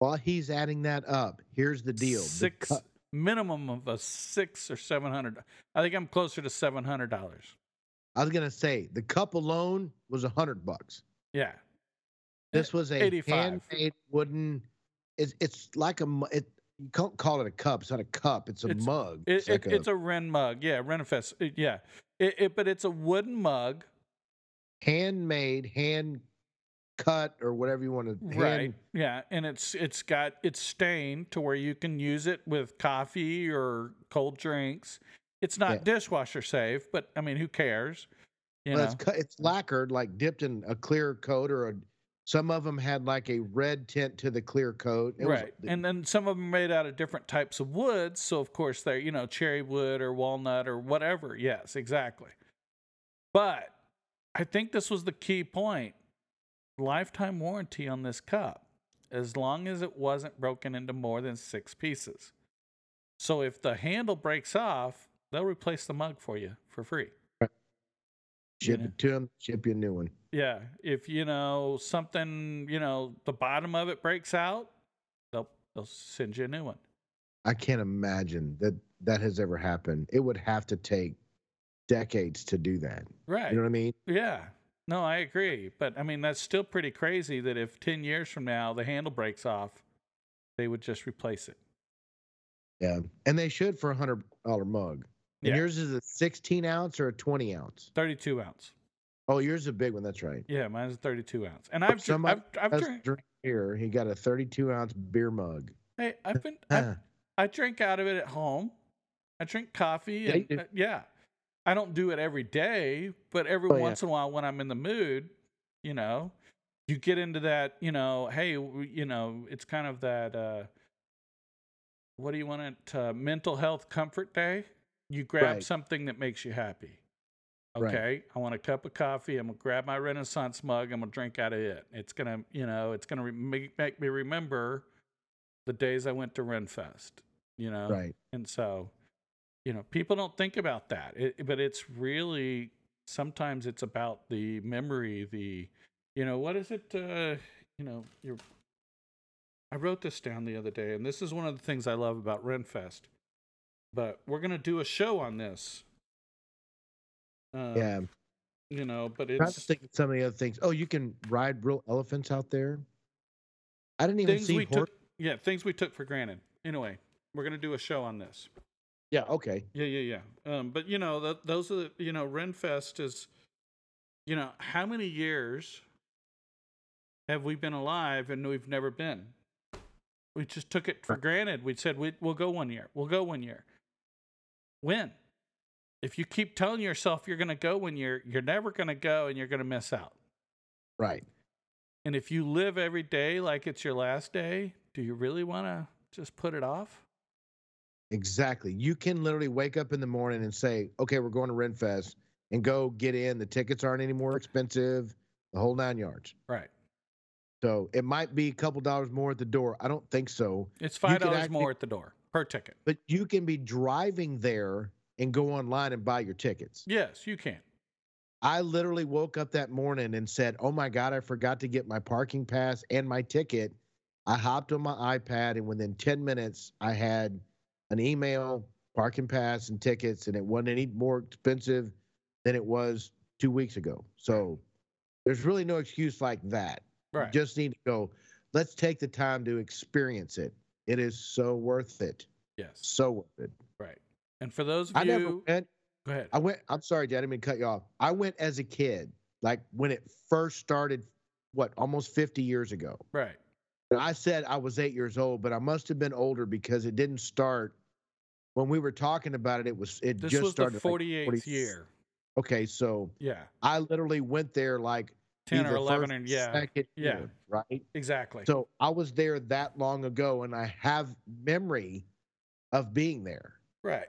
Speaker 2: While he's adding that up, here's the deal. The
Speaker 1: six
Speaker 2: cup-
Speaker 1: minimum of a six or seven hundred i think i'm closer to seven hundred dollars
Speaker 2: I was gonna say the cup alone was a hundred bucks.
Speaker 1: yeah
Speaker 2: This was a
Speaker 1: 85.
Speaker 2: handmade wooden. It's it's like a mu- it. You can't call it a cup. It's not a cup. It's a
Speaker 1: It's-
Speaker 2: mug.
Speaker 1: it,
Speaker 2: like
Speaker 1: it, it's a ren mug yeah renfest yeah it, it, but it's a wooden mug
Speaker 2: handmade, hand cut, or whatever you want to.
Speaker 1: Right. Yeah, and it's it's got it's stained to where you can use it with coffee or cold drinks. It's not
Speaker 2: Yeah.
Speaker 1: dishwasher safe, but I mean, who cares? You know.
Speaker 2: Well, it's cut, it's lacquered, like dipped in a clear coat, or a, some of them had like a red tint to the clear coat. It was-
Speaker 1: right. and then some of them are made out of different types of woods. So, of course, they're, you know, cherry wood or walnut or whatever. Yes, exactly. But I think this was the key point lifetime warranty on this cup, as long as it wasn't broken into more than six pieces. So, if the handle breaks off, they'll replace the mug for you for free.
Speaker 2: ship
Speaker 1: yeah.
Speaker 2: it to them, ship you a new one.
Speaker 1: Yeah. If you know something, you know, the bottom of it breaks out, they'll they'll send you a new one.
Speaker 2: I can't imagine that that has ever happened. It would have to take decades to do that.
Speaker 1: Right.
Speaker 2: You know what I mean?
Speaker 1: Yeah. No, I agree. But I mean, that's still pretty crazy that if 10 years from now the handle breaks off, they would just replace it.
Speaker 2: Yeah. And they should for a hundred dollar mug. And
Speaker 1: Yeah.
Speaker 2: yours is a sixteen ounce or a twenty ounce.
Speaker 1: 32 ounce.
Speaker 2: Oh, yours is a big one. That's right.
Speaker 1: Yeah, mine's a 32 ounce. And I've, dr-
Speaker 2: Somebody
Speaker 1: I've, I've,
Speaker 2: That's
Speaker 1: drink,
Speaker 2: drink here. He got a thirty-two ounce beer mug.
Speaker 1: hey, I've been,
Speaker 2: Huh.
Speaker 1: I, I drink out of it at home. I drink coffee.
Speaker 2: Yeah,
Speaker 1: And,
Speaker 2: you do.
Speaker 1: uh, yeah. I don't do it every day, but every
Speaker 2: Oh, yeah.
Speaker 1: once in a while when I'm in the mood, you know, you get into that, you know, hey, w- you know, it's kind of that, uh, what do you want it, uh, mental health comfort day? You grab
Speaker 2: Right.
Speaker 1: something that makes you happy.
Speaker 2: Right.
Speaker 1: Okay, I want a cup of coffee. I'm gonna grab my Renaissance mug. I'm gonna drink out of it. It's gonna, you know, it's gonna re- make, make me remember the days I went to Renfest. You know,
Speaker 2: Right.
Speaker 1: and so, you know, people don't think about that, it, but it's really sometimes it's about the memory, the, you know, what is it? Uh, you know, your. I wrote this down the other day, and this is one of the things I love about Renfest. But we're gonna do a show on this. Uh,
Speaker 2: yeah.
Speaker 1: you know, but
Speaker 2: Trying to
Speaker 1: it's
Speaker 2: think of some of the other things. Oh, you can ride real elephants out there. I didn't even
Speaker 1: things
Speaker 2: see
Speaker 1: we
Speaker 2: horse.
Speaker 1: took. Yeah, things we took for granted. Anyway, we're gonna do a show on this.
Speaker 2: Yeah. Okay.
Speaker 1: Yeah, yeah, yeah. Um, but you know, th those are the, you know, Renfest is, you know, how many years have we been alive and we've never been? We just took it for granted. We said we, we'll go one year. We'll go one year. When? If you keep telling yourself you're going to go one year, you're never going to go and you're going to miss out.
Speaker 2: Right.
Speaker 1: And if you live every day like it's your last day, do you really want to just put it off?
Speaker 2: Exactly. You can literally wake up in the morning and say, "Okay, we're going to Renfest," and go get in. The tickets aren't any more expensive. The whole nine yards.
Speaker 1: Right.
Speaker 2: So it might be a couple dollars more at the door. I don't think so.
Speaker 1: It's
Speaker 2: You
Speaker 1: $5
Speaker 2: could
Speaker 1: dollars
Speaker 2: actually-
Speaker 1: more at the door per ticket.
Speaker 2: But you can be driving there and go online and buy your tickets.
Speaker 1: Yes, you can.
Speaker 2: I literally woke up that morning and said, Oh my God, I forgot to get my parking pass and my ticket. I hopped on my iPad, and within 10 minutes, I had an email, parking pass, and tickets, and it wasn't any more expensive than it was two weeks ago. So there's really no excuse like that.
Speaker 1: Right.
Speaker 2: You just need to go, let's take the time to experience it. It is so worth it.
Speaker 1: yes.
Speaker 2: So worth it.
Speaker 1: Right. And for those of
Speaker 2: I
Speaker 1: you,
Speaker 2: never went.
Speaker 1: go ahead.
Speaker 2: I went. I'm sorry, Dad. I didn't mean to cut you off. I went as a kid, like when it first started, what, almost 50 years ago.
Speaker 1: right.
Speaker 2: And I said I was eight years old, but I must have been older because it didn't start when we were talking about it. It was, it
Speaker 1: This
Speaker 2: just
Speaker 1: was the
Speaker 2: started. like,
Speaker 1: 48th
Speaker 2: 40
Speaker 1: year.
Speaker 2: Okay. So
Speaker 1: Yeah.
Speaker 2: I literally went there like
Speaker 1: 10
Speaker 2: either
Speaker 1: or 11
Speaker 2: first
Speaker 1: and
Speaker 2: or
Speaker 1: yeah.
Speaker 2: second
Speaker 1: yeah.
Speaker 2: year, right?
Speaker 1: Exactly.
Speaker 2: So I was there that long ago, and I have memory of being there.
Speaker 1: right.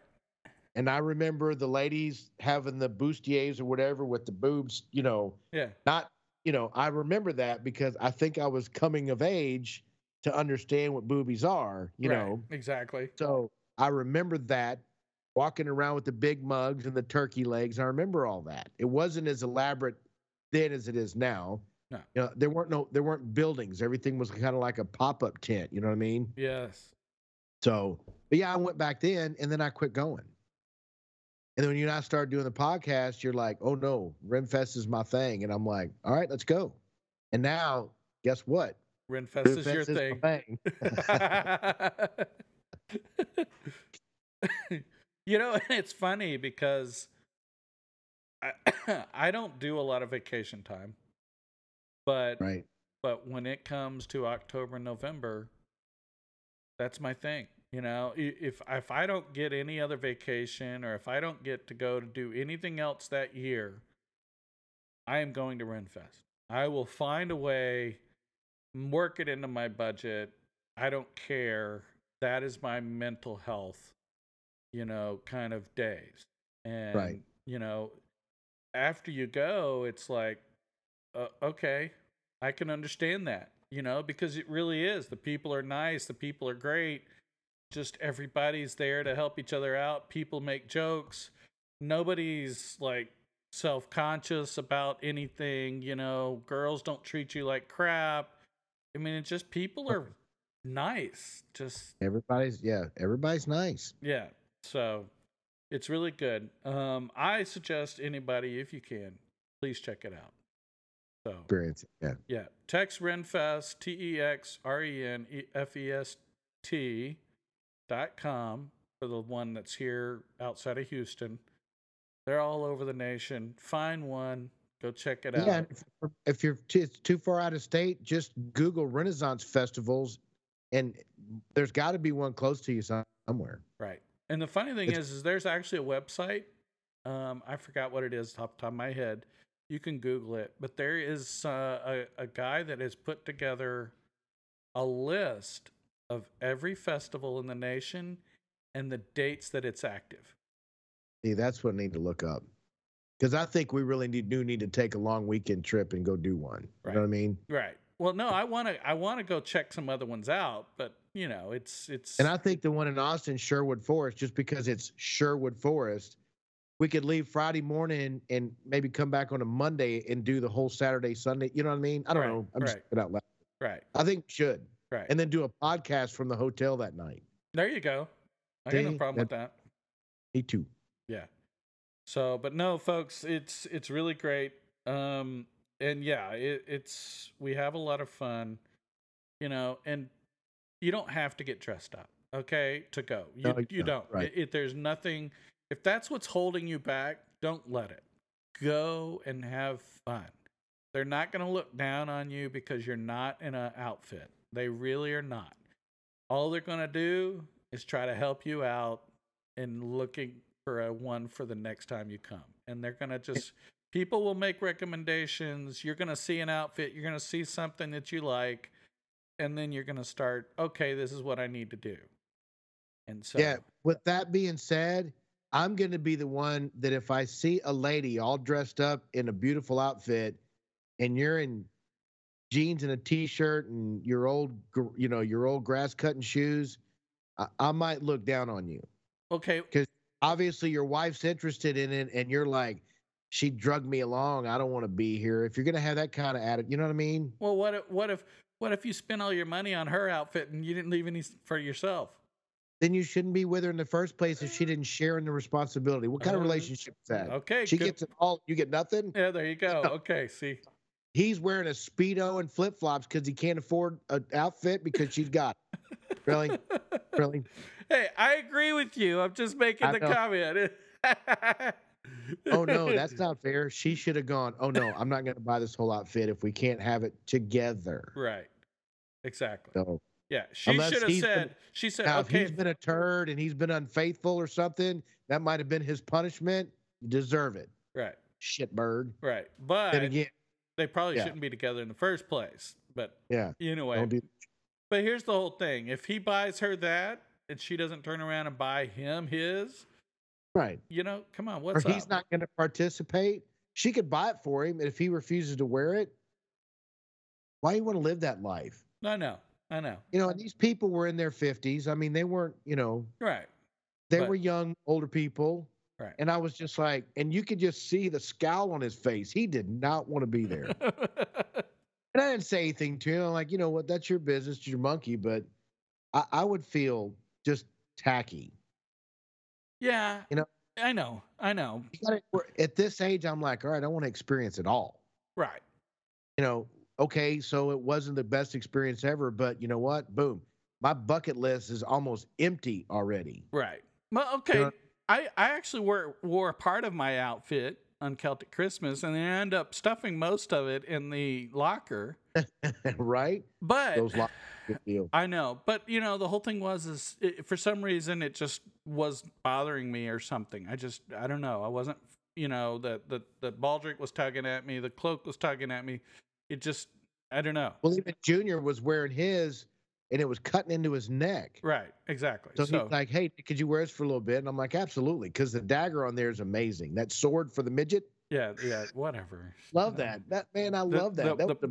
Speaker 2: And I remember the ladies having the bustiers or whatever with the boobs, you know,
Speaker 1: Yeah.
Speaker 2: not, you know, I remember that because I think I was coming of age to understand what boobies are, you
Speaker 1: right.
Speaker 2: know.
Speaker 1: Exactly.
Speaker 2: So I remember that walking around with the big mugs and the turkey legs. I remember all that. It wasn't as elaborate then as it is now.
Speaker 1: No.
Speaker 2: You know, there weren't no there weren't buildings. Everything was kind of like a pop-up tent, you know what I mean?
Speaker 1: Yes.
Speaker 2: So, but yeah, I went back then and then I quit going. And then when you and I started doing the podcast, you're like, oh no, Renfest is my thing. And I'm like, all right, let's go. And now, guess what?
Speaker 1: Renfest is your
Speaker 2: Renfest my
Speaker 1: thing.
Speaker 2: thing.
Speaker 1: [LAUGHS] you know, it's funny because I, [COUGHS] I don't do a lot of vacation time, but
Speaker 2: right?
Speaker 1: but when it comes to October and November, that's my thing. You know, I- if if I don't get any other vacation or if I don't get to go to do anything else that year, I am going to Renfest. I will find a way, work it into my budget. I don't care. That is my mental health, you know, kind of days. And
Speaker 2: Right.
Speaker 1: you know, after you go, it's like, uh, okay, I can understand that, you know, because it really is. The people are nice, the people are great. Just everybody's there to help each other out. People make jokes. Nobody's like self conscious about anything, you know. Girls don't treat you like crap. I mean, it's just people are nice. Just,
Speaker 2: Everybody's yeah, everybody's nice.
Speaker 1: yeah. So it's really good. Um, I suggest anybody, if you can, please check it out. So,
Speaker 2: Experience, yeah.
Speaker 1: yeah. Tex Renfest, T E X R E N F E S T dot com for the one that's here outside of Houston. They're all over the nation. Find one, go check it out.
Speaker 2: Yeah, and if- if you're too, it's too far out of state, just Google Renaissance festivals, and there's got to be one close to you some- somewhere.
Speaker 1: Right. And the funny thing
Speaker 2: It's-
Speaker 1: is, is there's actually a website. Um, I forgot what it is off the top of my head. You can Google it, but there is uh, a, a guy that has put together a list of every festival in the nation and the dates that it's active.
Speaker 2: See, that's what I need to look up, because I think we really need, do need to take a long weekend trip and go do one. You know what I mean?
Speaker 1: Right. Well, no, I want to. I want to go check some other ones out, but you know, it's it's.
Speaker 2: And I think the one in Austin, Sherwood Forest, just because it's Sherwood Forest, we could leave Friday morning and maybe come back on a Monday and do the whole Saturday, Sunday. You know what I mean? I don't
Speaker 1: Right,
Speaker 2: know. I'm just
Speaker 1: right.
Speaker 2: putting it out loud.
Speaker 1: right.
Speaker 2: I think we should,
Speaker 1: Right.
Speaker 2: and then do a podcast from the hotel that night.
Speaker 1: there you go. I got no
Speaker 2: See,
Speaker 1: problem with that.
Speaker 2: Me too.
Speaker 1: Yeah. So, but no, folks, it's it's really great. Um, and yeah, it, it's we have a lot of fun, you know, and you don't have to get dressed up, okay, to go. You
Speaker 2: No, you
Speaker 1: you
Speaker 2: don't,
Speaker 1: don't.
Speaker 2: right.
Speaker 1: It, it- there's nothing. If that's what's holding you back, don't let it. Go and have fun. They're not going to look down on you because you're not in an outfit. They really are not. All they're going to do is try to help you out and looking for a one for the next time you come. And they're going to just, people will make recommendations. You're going to see an outfit, you're going to see something that you like, and then you're going to start, okay, this is what I need to do. And so,
Speaker 2: Yeah. With that being said, I'm going to be the one that if I see a lady all dressed up in a beautiful outfit and you're in jeans and a t-shirt and your old gr- you know, your old grass cutting shoes, I, I might look down on you.
Speaker 1: okay,
Speaker 2: Obviously your wife's interested in it and you're like she drugged me along. I don't want to be here. If you're going to have that kind of attitude, you know what I mean?
Speaker 1: well, what if, what if, what if you spent all your money on her outfit and you didn't leave any s- for yourself?
Speaker 2: Then you shouldn't be with her in the first place if she didn't share in the responsibility. What kind of
Speaker 1: Uh,
Speaker 2: relationship is that?
Speaker 1: Okay,
Speaker 2: She
Speaker 1: good-
Speaker 2: gets it all, you get nothing?
Speaker 1: yeah, there you
Speaker 2: [LAUGHS]
Speaker 1: go. Okay, see,
Speaker 2: he's wearing a speedo and flip flops because he can't afford an outfit because
Speaker 1: [LAUGHS]
Speaker 2: she's got it. really, really.
Speaker 1: Hey, I agree with you. I'm just making
Speaker 2: I
Speaker 1: the
Speaker 2: know.
Speaker 1: comment. [LAUGHS]
Speaker 2: Oh no, that's not fair. She should have gone. Oh no, I'm not going to buy this whole outfit if we can't have it together.
Speaker 1: right. Exactly. [LAUGHS]
Speaker 2: So
Speaker 1: Yeah, she
Speaker 2: Unless
Speaker 1: should have
Speaker 2: he's been-
Speaker 1: said. She said,
Speaker 2: now, if
Speaker 1: "Okay,
Speaker 2: he's been a turd and he's been unfaithful or something, that might have been his punishment. You deserve it,
Speaker 1: right,
Speaker 2: shitbird.
Speaker 1: right." But
Speaker 2: Then again,
Speaker 1: they probably
Speaker 2: yeah.
Speaker 1: shouldn't be together in the first place. But
Speaker 2: yeah,
Speaker 1: anyway,
Speaker 2: don't do.
Speaker 1: but here's the whole thing: if he buys her that, and she doesn't turn around and buy him his,
Speaker 2: Right,
Speaker 1: you know, come on,
Speaker 2: or
Speaker 1: what's
Speaker 2: he's
Speaker 1: up?
Speaker 2: not going to participate. She could buy it for him, and if he refuses to wear it, why you want to live that life?
Speaker 1: I know, I know.
Speaker 2: you know, and these people were in their 50s. I mean, they weren't, you know,
Speaker 1: Right,
Speaker 2: they
Speaker 1: Right.
Speaker 2: were young, older people.
Speaker 1: Right.
Speaker 2: And I was just like, and you could just see the scowl on his face. He did not want to be
Speaker 1: [LAUGHS]
Speaker 2: there. and I didn't say anything to him. I'm like, you know what? That's your business. It's your monkey. But I, I would feel just tacky.
Speaker 1: yeah,
Speaker 2: You know-
Speaker 1: I know, I know.
Speaker 2: You gotta, we're- at this age, I'm like, all right, I want to experience it all.
Speaker 1: Right,
Speaker 2: You know, okay, so it wasn't the best experience ever, but you know what? Boom. My bucket list is almost empty already. [LAUGHS]
Speaker 1: right. Well, okay.
Speaker 2: know-
Speaker 1: I I actually wore wore part of my outfit Unceltic Christmas, and they end up stuffing most of it in the locker.
Speaker 2: right?
Speaker 1: But
Speaker 2: Those lots of deal.
Speaker 1: I know, but you know, the whole thing was is it, for some reason it just was bothering me or something. I just I don't know. I wasn't you know the the the baldric was tugging at me, the cloak was tugging at me. It just I don't know.
Speaker 2: Well, even Junior was wearing his, and it was cutting into his neck.
Speaker 1: Right, exactly.
Speaker 2: So, he's like, "Hey, could you wear this for a little bit?" And I'm like, "Absolutely," because the dagger on there is amazing. That sword for the midget,
Speaker 1: yeah, yeah,
Speaker 2: [LAUGHS]
Speaker 1: whatever.
Speaker 2: love
Speaker 1: Um,
Speaker 2: that. That man, I love
Speaker 1: the-
Speaker 2: that. that
Speaker 1: the-
Speaker 2: was the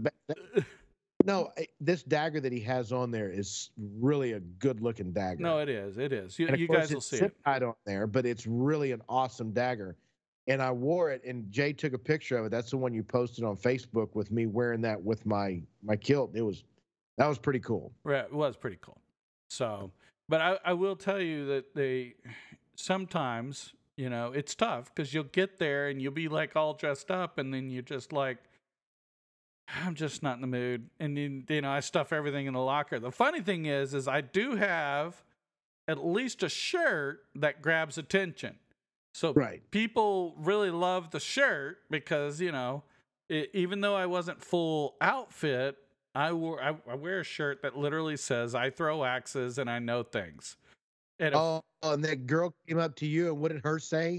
Speaker 2: best.
Speaker 1: [LAUGHS]
Speaker 2: No, I- this dagger that he has on there is really a good-looking dagger.
Speaker 1: No, it is. It is. You,
Speaker 2: And of
Speaker 1: you
Speaker 2: course,
Speaker 1: guys will
Speaker 2: it's
Speaker 1: see
Speaker 2: zip
Speaker 1: it.
Speaker 2: tied on there, but it's really an awesome dagger. And I wore it, and Jay took a picture of it. That's the one you posted on Facebook with me wearing that with my my kilt. It was that was pretty cool.
Speaker 1: Right, it was pretty cool. So, but I, I will tell you that they sometimes, you know, it's tough because you'll get there and you'll be like all dressed up, and then you're just like, I'm just not in the mood. And then, you know, I stuff everything in the locker. The funny thing is, is I do have at least a shirt that grabs attention. So
Speaker 2: Right.
Speaker 1: people really love the shirt because you know it, even though i wasn't full outfit I, wore, I, I wear a shirt that literally says i throw axes and i know things and if-
Speaker 2: Oh, and that girl came up to you, and what did
Speaker 1: [LAUGHS]
Speaker 2: her say?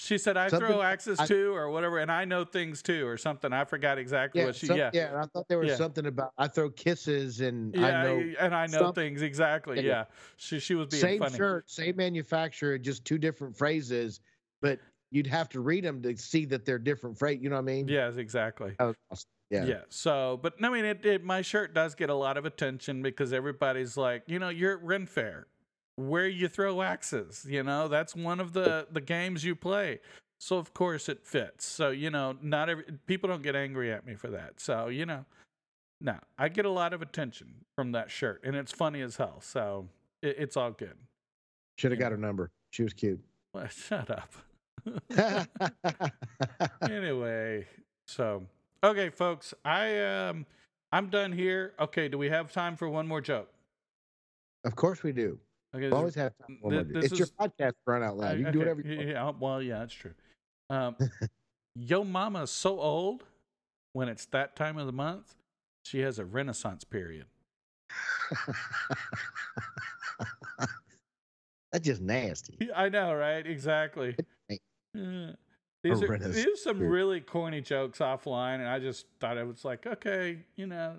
Speaker 1: she said i throw
Speaker 2: something-
Speaker 1: axes
Speaker 2: I-
Speaker 1: too or whatever and i know things too or something i forgot exactly what she
Speaker 2: some-
Speaker 1: yeah
Speaker 2: I thought there was
Speaker 1: Yeah.
Speaker 2: something about I throw kisses, and
Speaker 1: yeah
Speaker 2: I know
Speaker 1: y- and i know
Speaker 2: some-
Speaker 1: things exactly
Speaker 2: Yeah,
Speaker 1: yeah,
Speaker 2: yeah.
Speaker 1: she she was being
Speaker 2: same
Speaker 1: funny
Speaker 2: shirt, same manufacturer, just two different phrases, but you'd have to read them to see that they're different phrase. You know what I mean?
Speaker 1: yes exactly
Speaker 2: That was awesome. Yeah.
Speaker 1: Yeah. So, but no, I mean, it, it, my shirt does get a lot of attention because everybody's like, you know, you're at Ren Fair, where you throw axes. You know, that's one of the the games you play. So of course it fits. So you know, not every people don't get angry at me for that. So you know, no, I get a lot of attention from that shirt, and it's funny as hell. So it, it's all good.
Speaker 2: Should have
Speaker 1: Yeah.
Speaker 2: got her number. She was cute. [LAUGHS]
Speaker 1: Well, [LAUGHS] shut up. anyway, so okay, folks, I um, I'm done here. Okay, do we have time for one more joke?
Speaker 2: of course we do.
Speaker 1: Okay,
Speaker 2: We
Speaker 1: this-
Speaker 2: always have time. for
Speaker 1: th-
Speaker 2: one.
Speaker 1: this
Speaker 2: It's your
Speaker 1: is-
Speaker 2: podcast run out loud. You can do
Speaker 1: okay,
Speaker 2: whatever
Speaker 1: [LAUGHS]
Speaker 2: you want. [LAUGHS]
Speaker 1: yeah, yeah, well, yeah, that's true. Um, yo, mama's so old. When it's that time of the month, she has a renaissance
Speaker 2: [LAUGHS]
Speaker 1: period.
Speaker 2: That's just nasty.
Speaker 1: Yeah, I know, right? Exactly. [LAUGHS]
Speaker 2: Hey.
Speaker 1: Uh, These are,
Speaker 2: Horrendous
Speaker 1: these are some
Speaker 2: dude.
Speaker 1: really corny jokes offline, and I just thought it was like, okay, you know,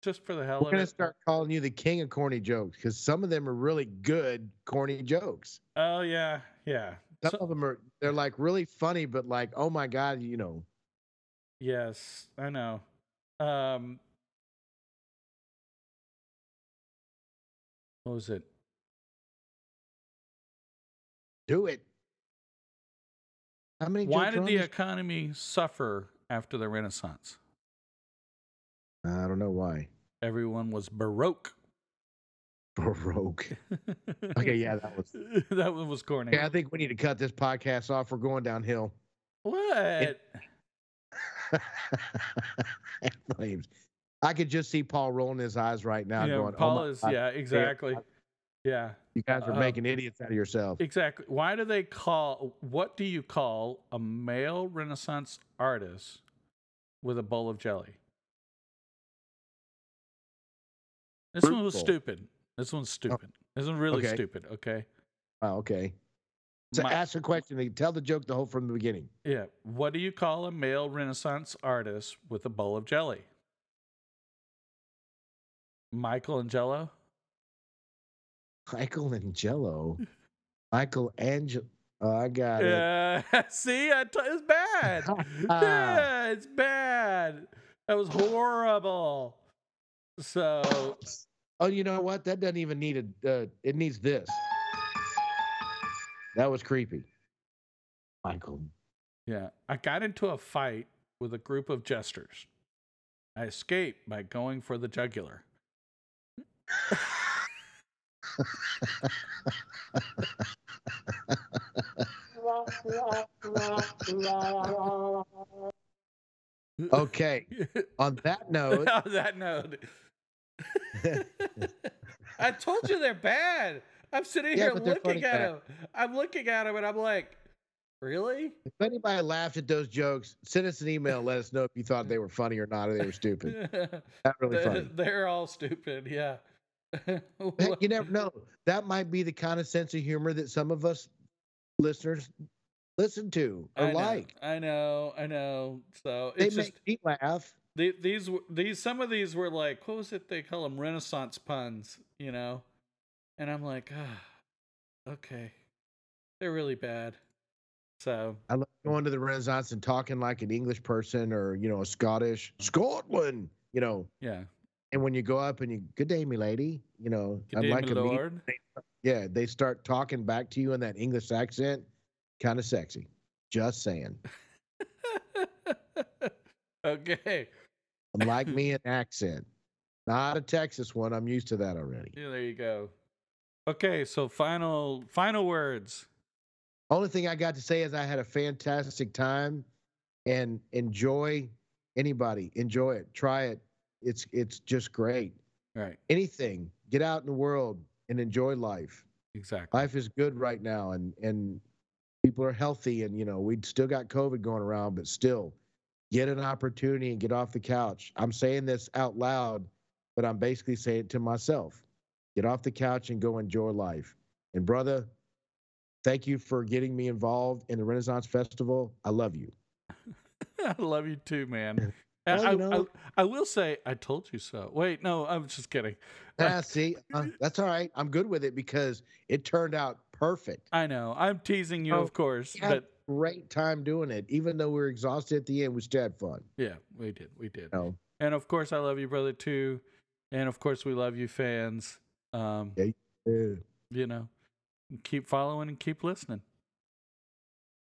Speaker 1: just for the hell
Speaker 2: We're
Speaker 1: of
Speaker 2: gonna
Speaker 1: it.
Speaker 2: start calling you the king of corny jokes because some of them are really good corny jokes.
Speaker 1: Oh yeah, yeah.
Speaker 2: Some
Speaker 1: So-
Speaker 2: of them are they're like really funny, but like, oh my god, you know.
Speaker 1: Yes, I know. Um, what was it?
Speaker 2: Do it. How many?
Speaker 1: Why
Speaker 2: jokes are
Speaker 1: did
Speaker 2: on
Speaker 1: the
Speaker 2: this?
Speaker 1: economy suffer after the Renaissance? uh,
Speaker 2: I don't know why. [LAUGHS]
Speaker 1: Everyone was baroque. [LAUGHS]
Speaker 2: Baroque. Okay, yeah, that was.
Speaker 1: that one was corny.
Speaker 2: Okay, I think we need to cut this podcast off. We're going downhill. [LAUGHS]
Speaker 1: What?
Speaker 2: Flames. I could just see Paul rolling his eyes right now,
Speaker 1: You know,
Speaker 2: going,
Speaker 1: Paul
Speaker 2: "Oh my
Speaker 1: is
Speaker 2: God,
Speaker 1: yeah, exactly. Yeah,
Speaker 2: you guys are
Speaker 1: Uh,
Speaker 2: making idiots out of yourselves."
Speaker 1: exactly. Why do they call? What do you call a male Renaissance artist with a bowl of jelly? This one was
Speaker 2: Fruitful. Oh,
Speaker 1: stupid. This one's stupid. This one's really
Speaker 2: okay.
Speaker 1: stupid. Okay.
Speaker 2: Oh, okay. So
Speaker 1: My-
Speaker 2: ask a question. and Tell the joke the whole from the beginning. [LAUGHS]
Speaker 1: Yeah. What do you call a male Renaissance artist with a bowl of jelly? Michelangelo?
Speaker 2: Michael
Speaker 1: [LAUGHS]
Speaker 2: and Jello. Michael Angel. Oh, I got it.
Speaker 1: Yeah. [LAUGHS] See, I t- it's bad. yeah, it's bad. That was horrible. So,
Speaker 2: Oh, you know what? That doesn't even need a. Uh, it needs this. That was creepy. Michael.
Speaker 1: yeah, I got into a fight with a group of jesters. I escaped by going for the jugular. [LAUGHS]
Speaker 2: Okay. On that note,
Speaker 1: on that note. [LAUGHS] I told you they're bad. I'm sitting
Speaker 2: Yeah,
Speaker 1: here
Speaker 2: but they're
Speaker 1: looking
Speaker 2: funny
Speaker 1: at
Speaker 2: bad.
Speaker 1: them. I'm looking at them and I'm like,
Speaker 3: Really?
Speaker 2: If anybody laughed at those jokes, send us an email. Let us know if you thought they were funny or not, or they were stupid.
Speaker 1: [LAUGHS]
Speaker 2: Not really funny.
Speaker 1: They're all stupid. Yeah. [LAUGHS]
Speaker 2: Heck, you never know. That might be the kind of sense of humor that some of us listeners listen to or
Speaker 1: I know,
Speaker 2: like.
Speaker 1: I know. I know. So
Speaker 2: They
Speaker 1: it's just
Speaker 2: make me laugh.
Speaker 1: the- these were- these some of these were like what was it they call them Renaissance puns, you know? And I'm like, ah, okay, they're really bad. So
Speaker 2: I love going to the Renaissance and talking like an English person or you know a Scottish Scotland. You know,
Speaker 1: yeah,
Speaker 2: and when you go up and you good day, me lady. You know,
Speaker 1: good day, my
Speaker 2: a me-
Speaker 1: lord.
Speaker 2: Yeah, they start talking back to you in that English accent. Kind of sexy. Just saying.
Speaker 1: [LAUGHS] okay, [LAUGHS]
Speaker 2: Like me an accent. Not a Texas one. I'm used to that already.
Speaker 1: yeah, there you go. Okay, so final final words.
Speaker 2: Only thing I got to say is I had a fantastic time and enjoy anybody. Enjoy it. Try it. It's it's just great.
Speaker 1: Right,
Speaker 2: Anything. Get out in the world and enjoy life.
Speaker 1: exactly.
Speaker 2: Life is good right now and and people are healthy and you know, we still got COVID going around, but still get an opportunity and get off the couch. I'm saying this out loud, but I'm basically saying it to myself. Get off the couch and go enjoy life. And brother, thank you for getting me involved in the Renaissance Festival. I love [LAUGHS] you.
Speaker 1: [LAUGHS] I love you too, man.
Speaker 2: Well,
Speaker 1: I,
Speaker 2: you know-
Speaker 1: I, I will say, I told you so. Wait, no, I'm just kidding.
Speaker 2: Ah, see, uh, that's all right. I'm good with it because it turned out perfect.
Speaker 1: I know. I'm teasing you,
Speaker 2: Oh,
Speaker 1: of course,
Speaker 2: yeah.
Speaker 1: but
Speaker 2: Great time doing it, even though we were exhausted at the end. We still had fun.
Speaker 1: yeah, we did. We did.
Speaker 2: You know?
Speaker 1: And of course, I love you, brother, too. And of course, we love you, fans. Um,
Speaker 2: Yeah.
Speaker 1: You know, keep following and keep listening.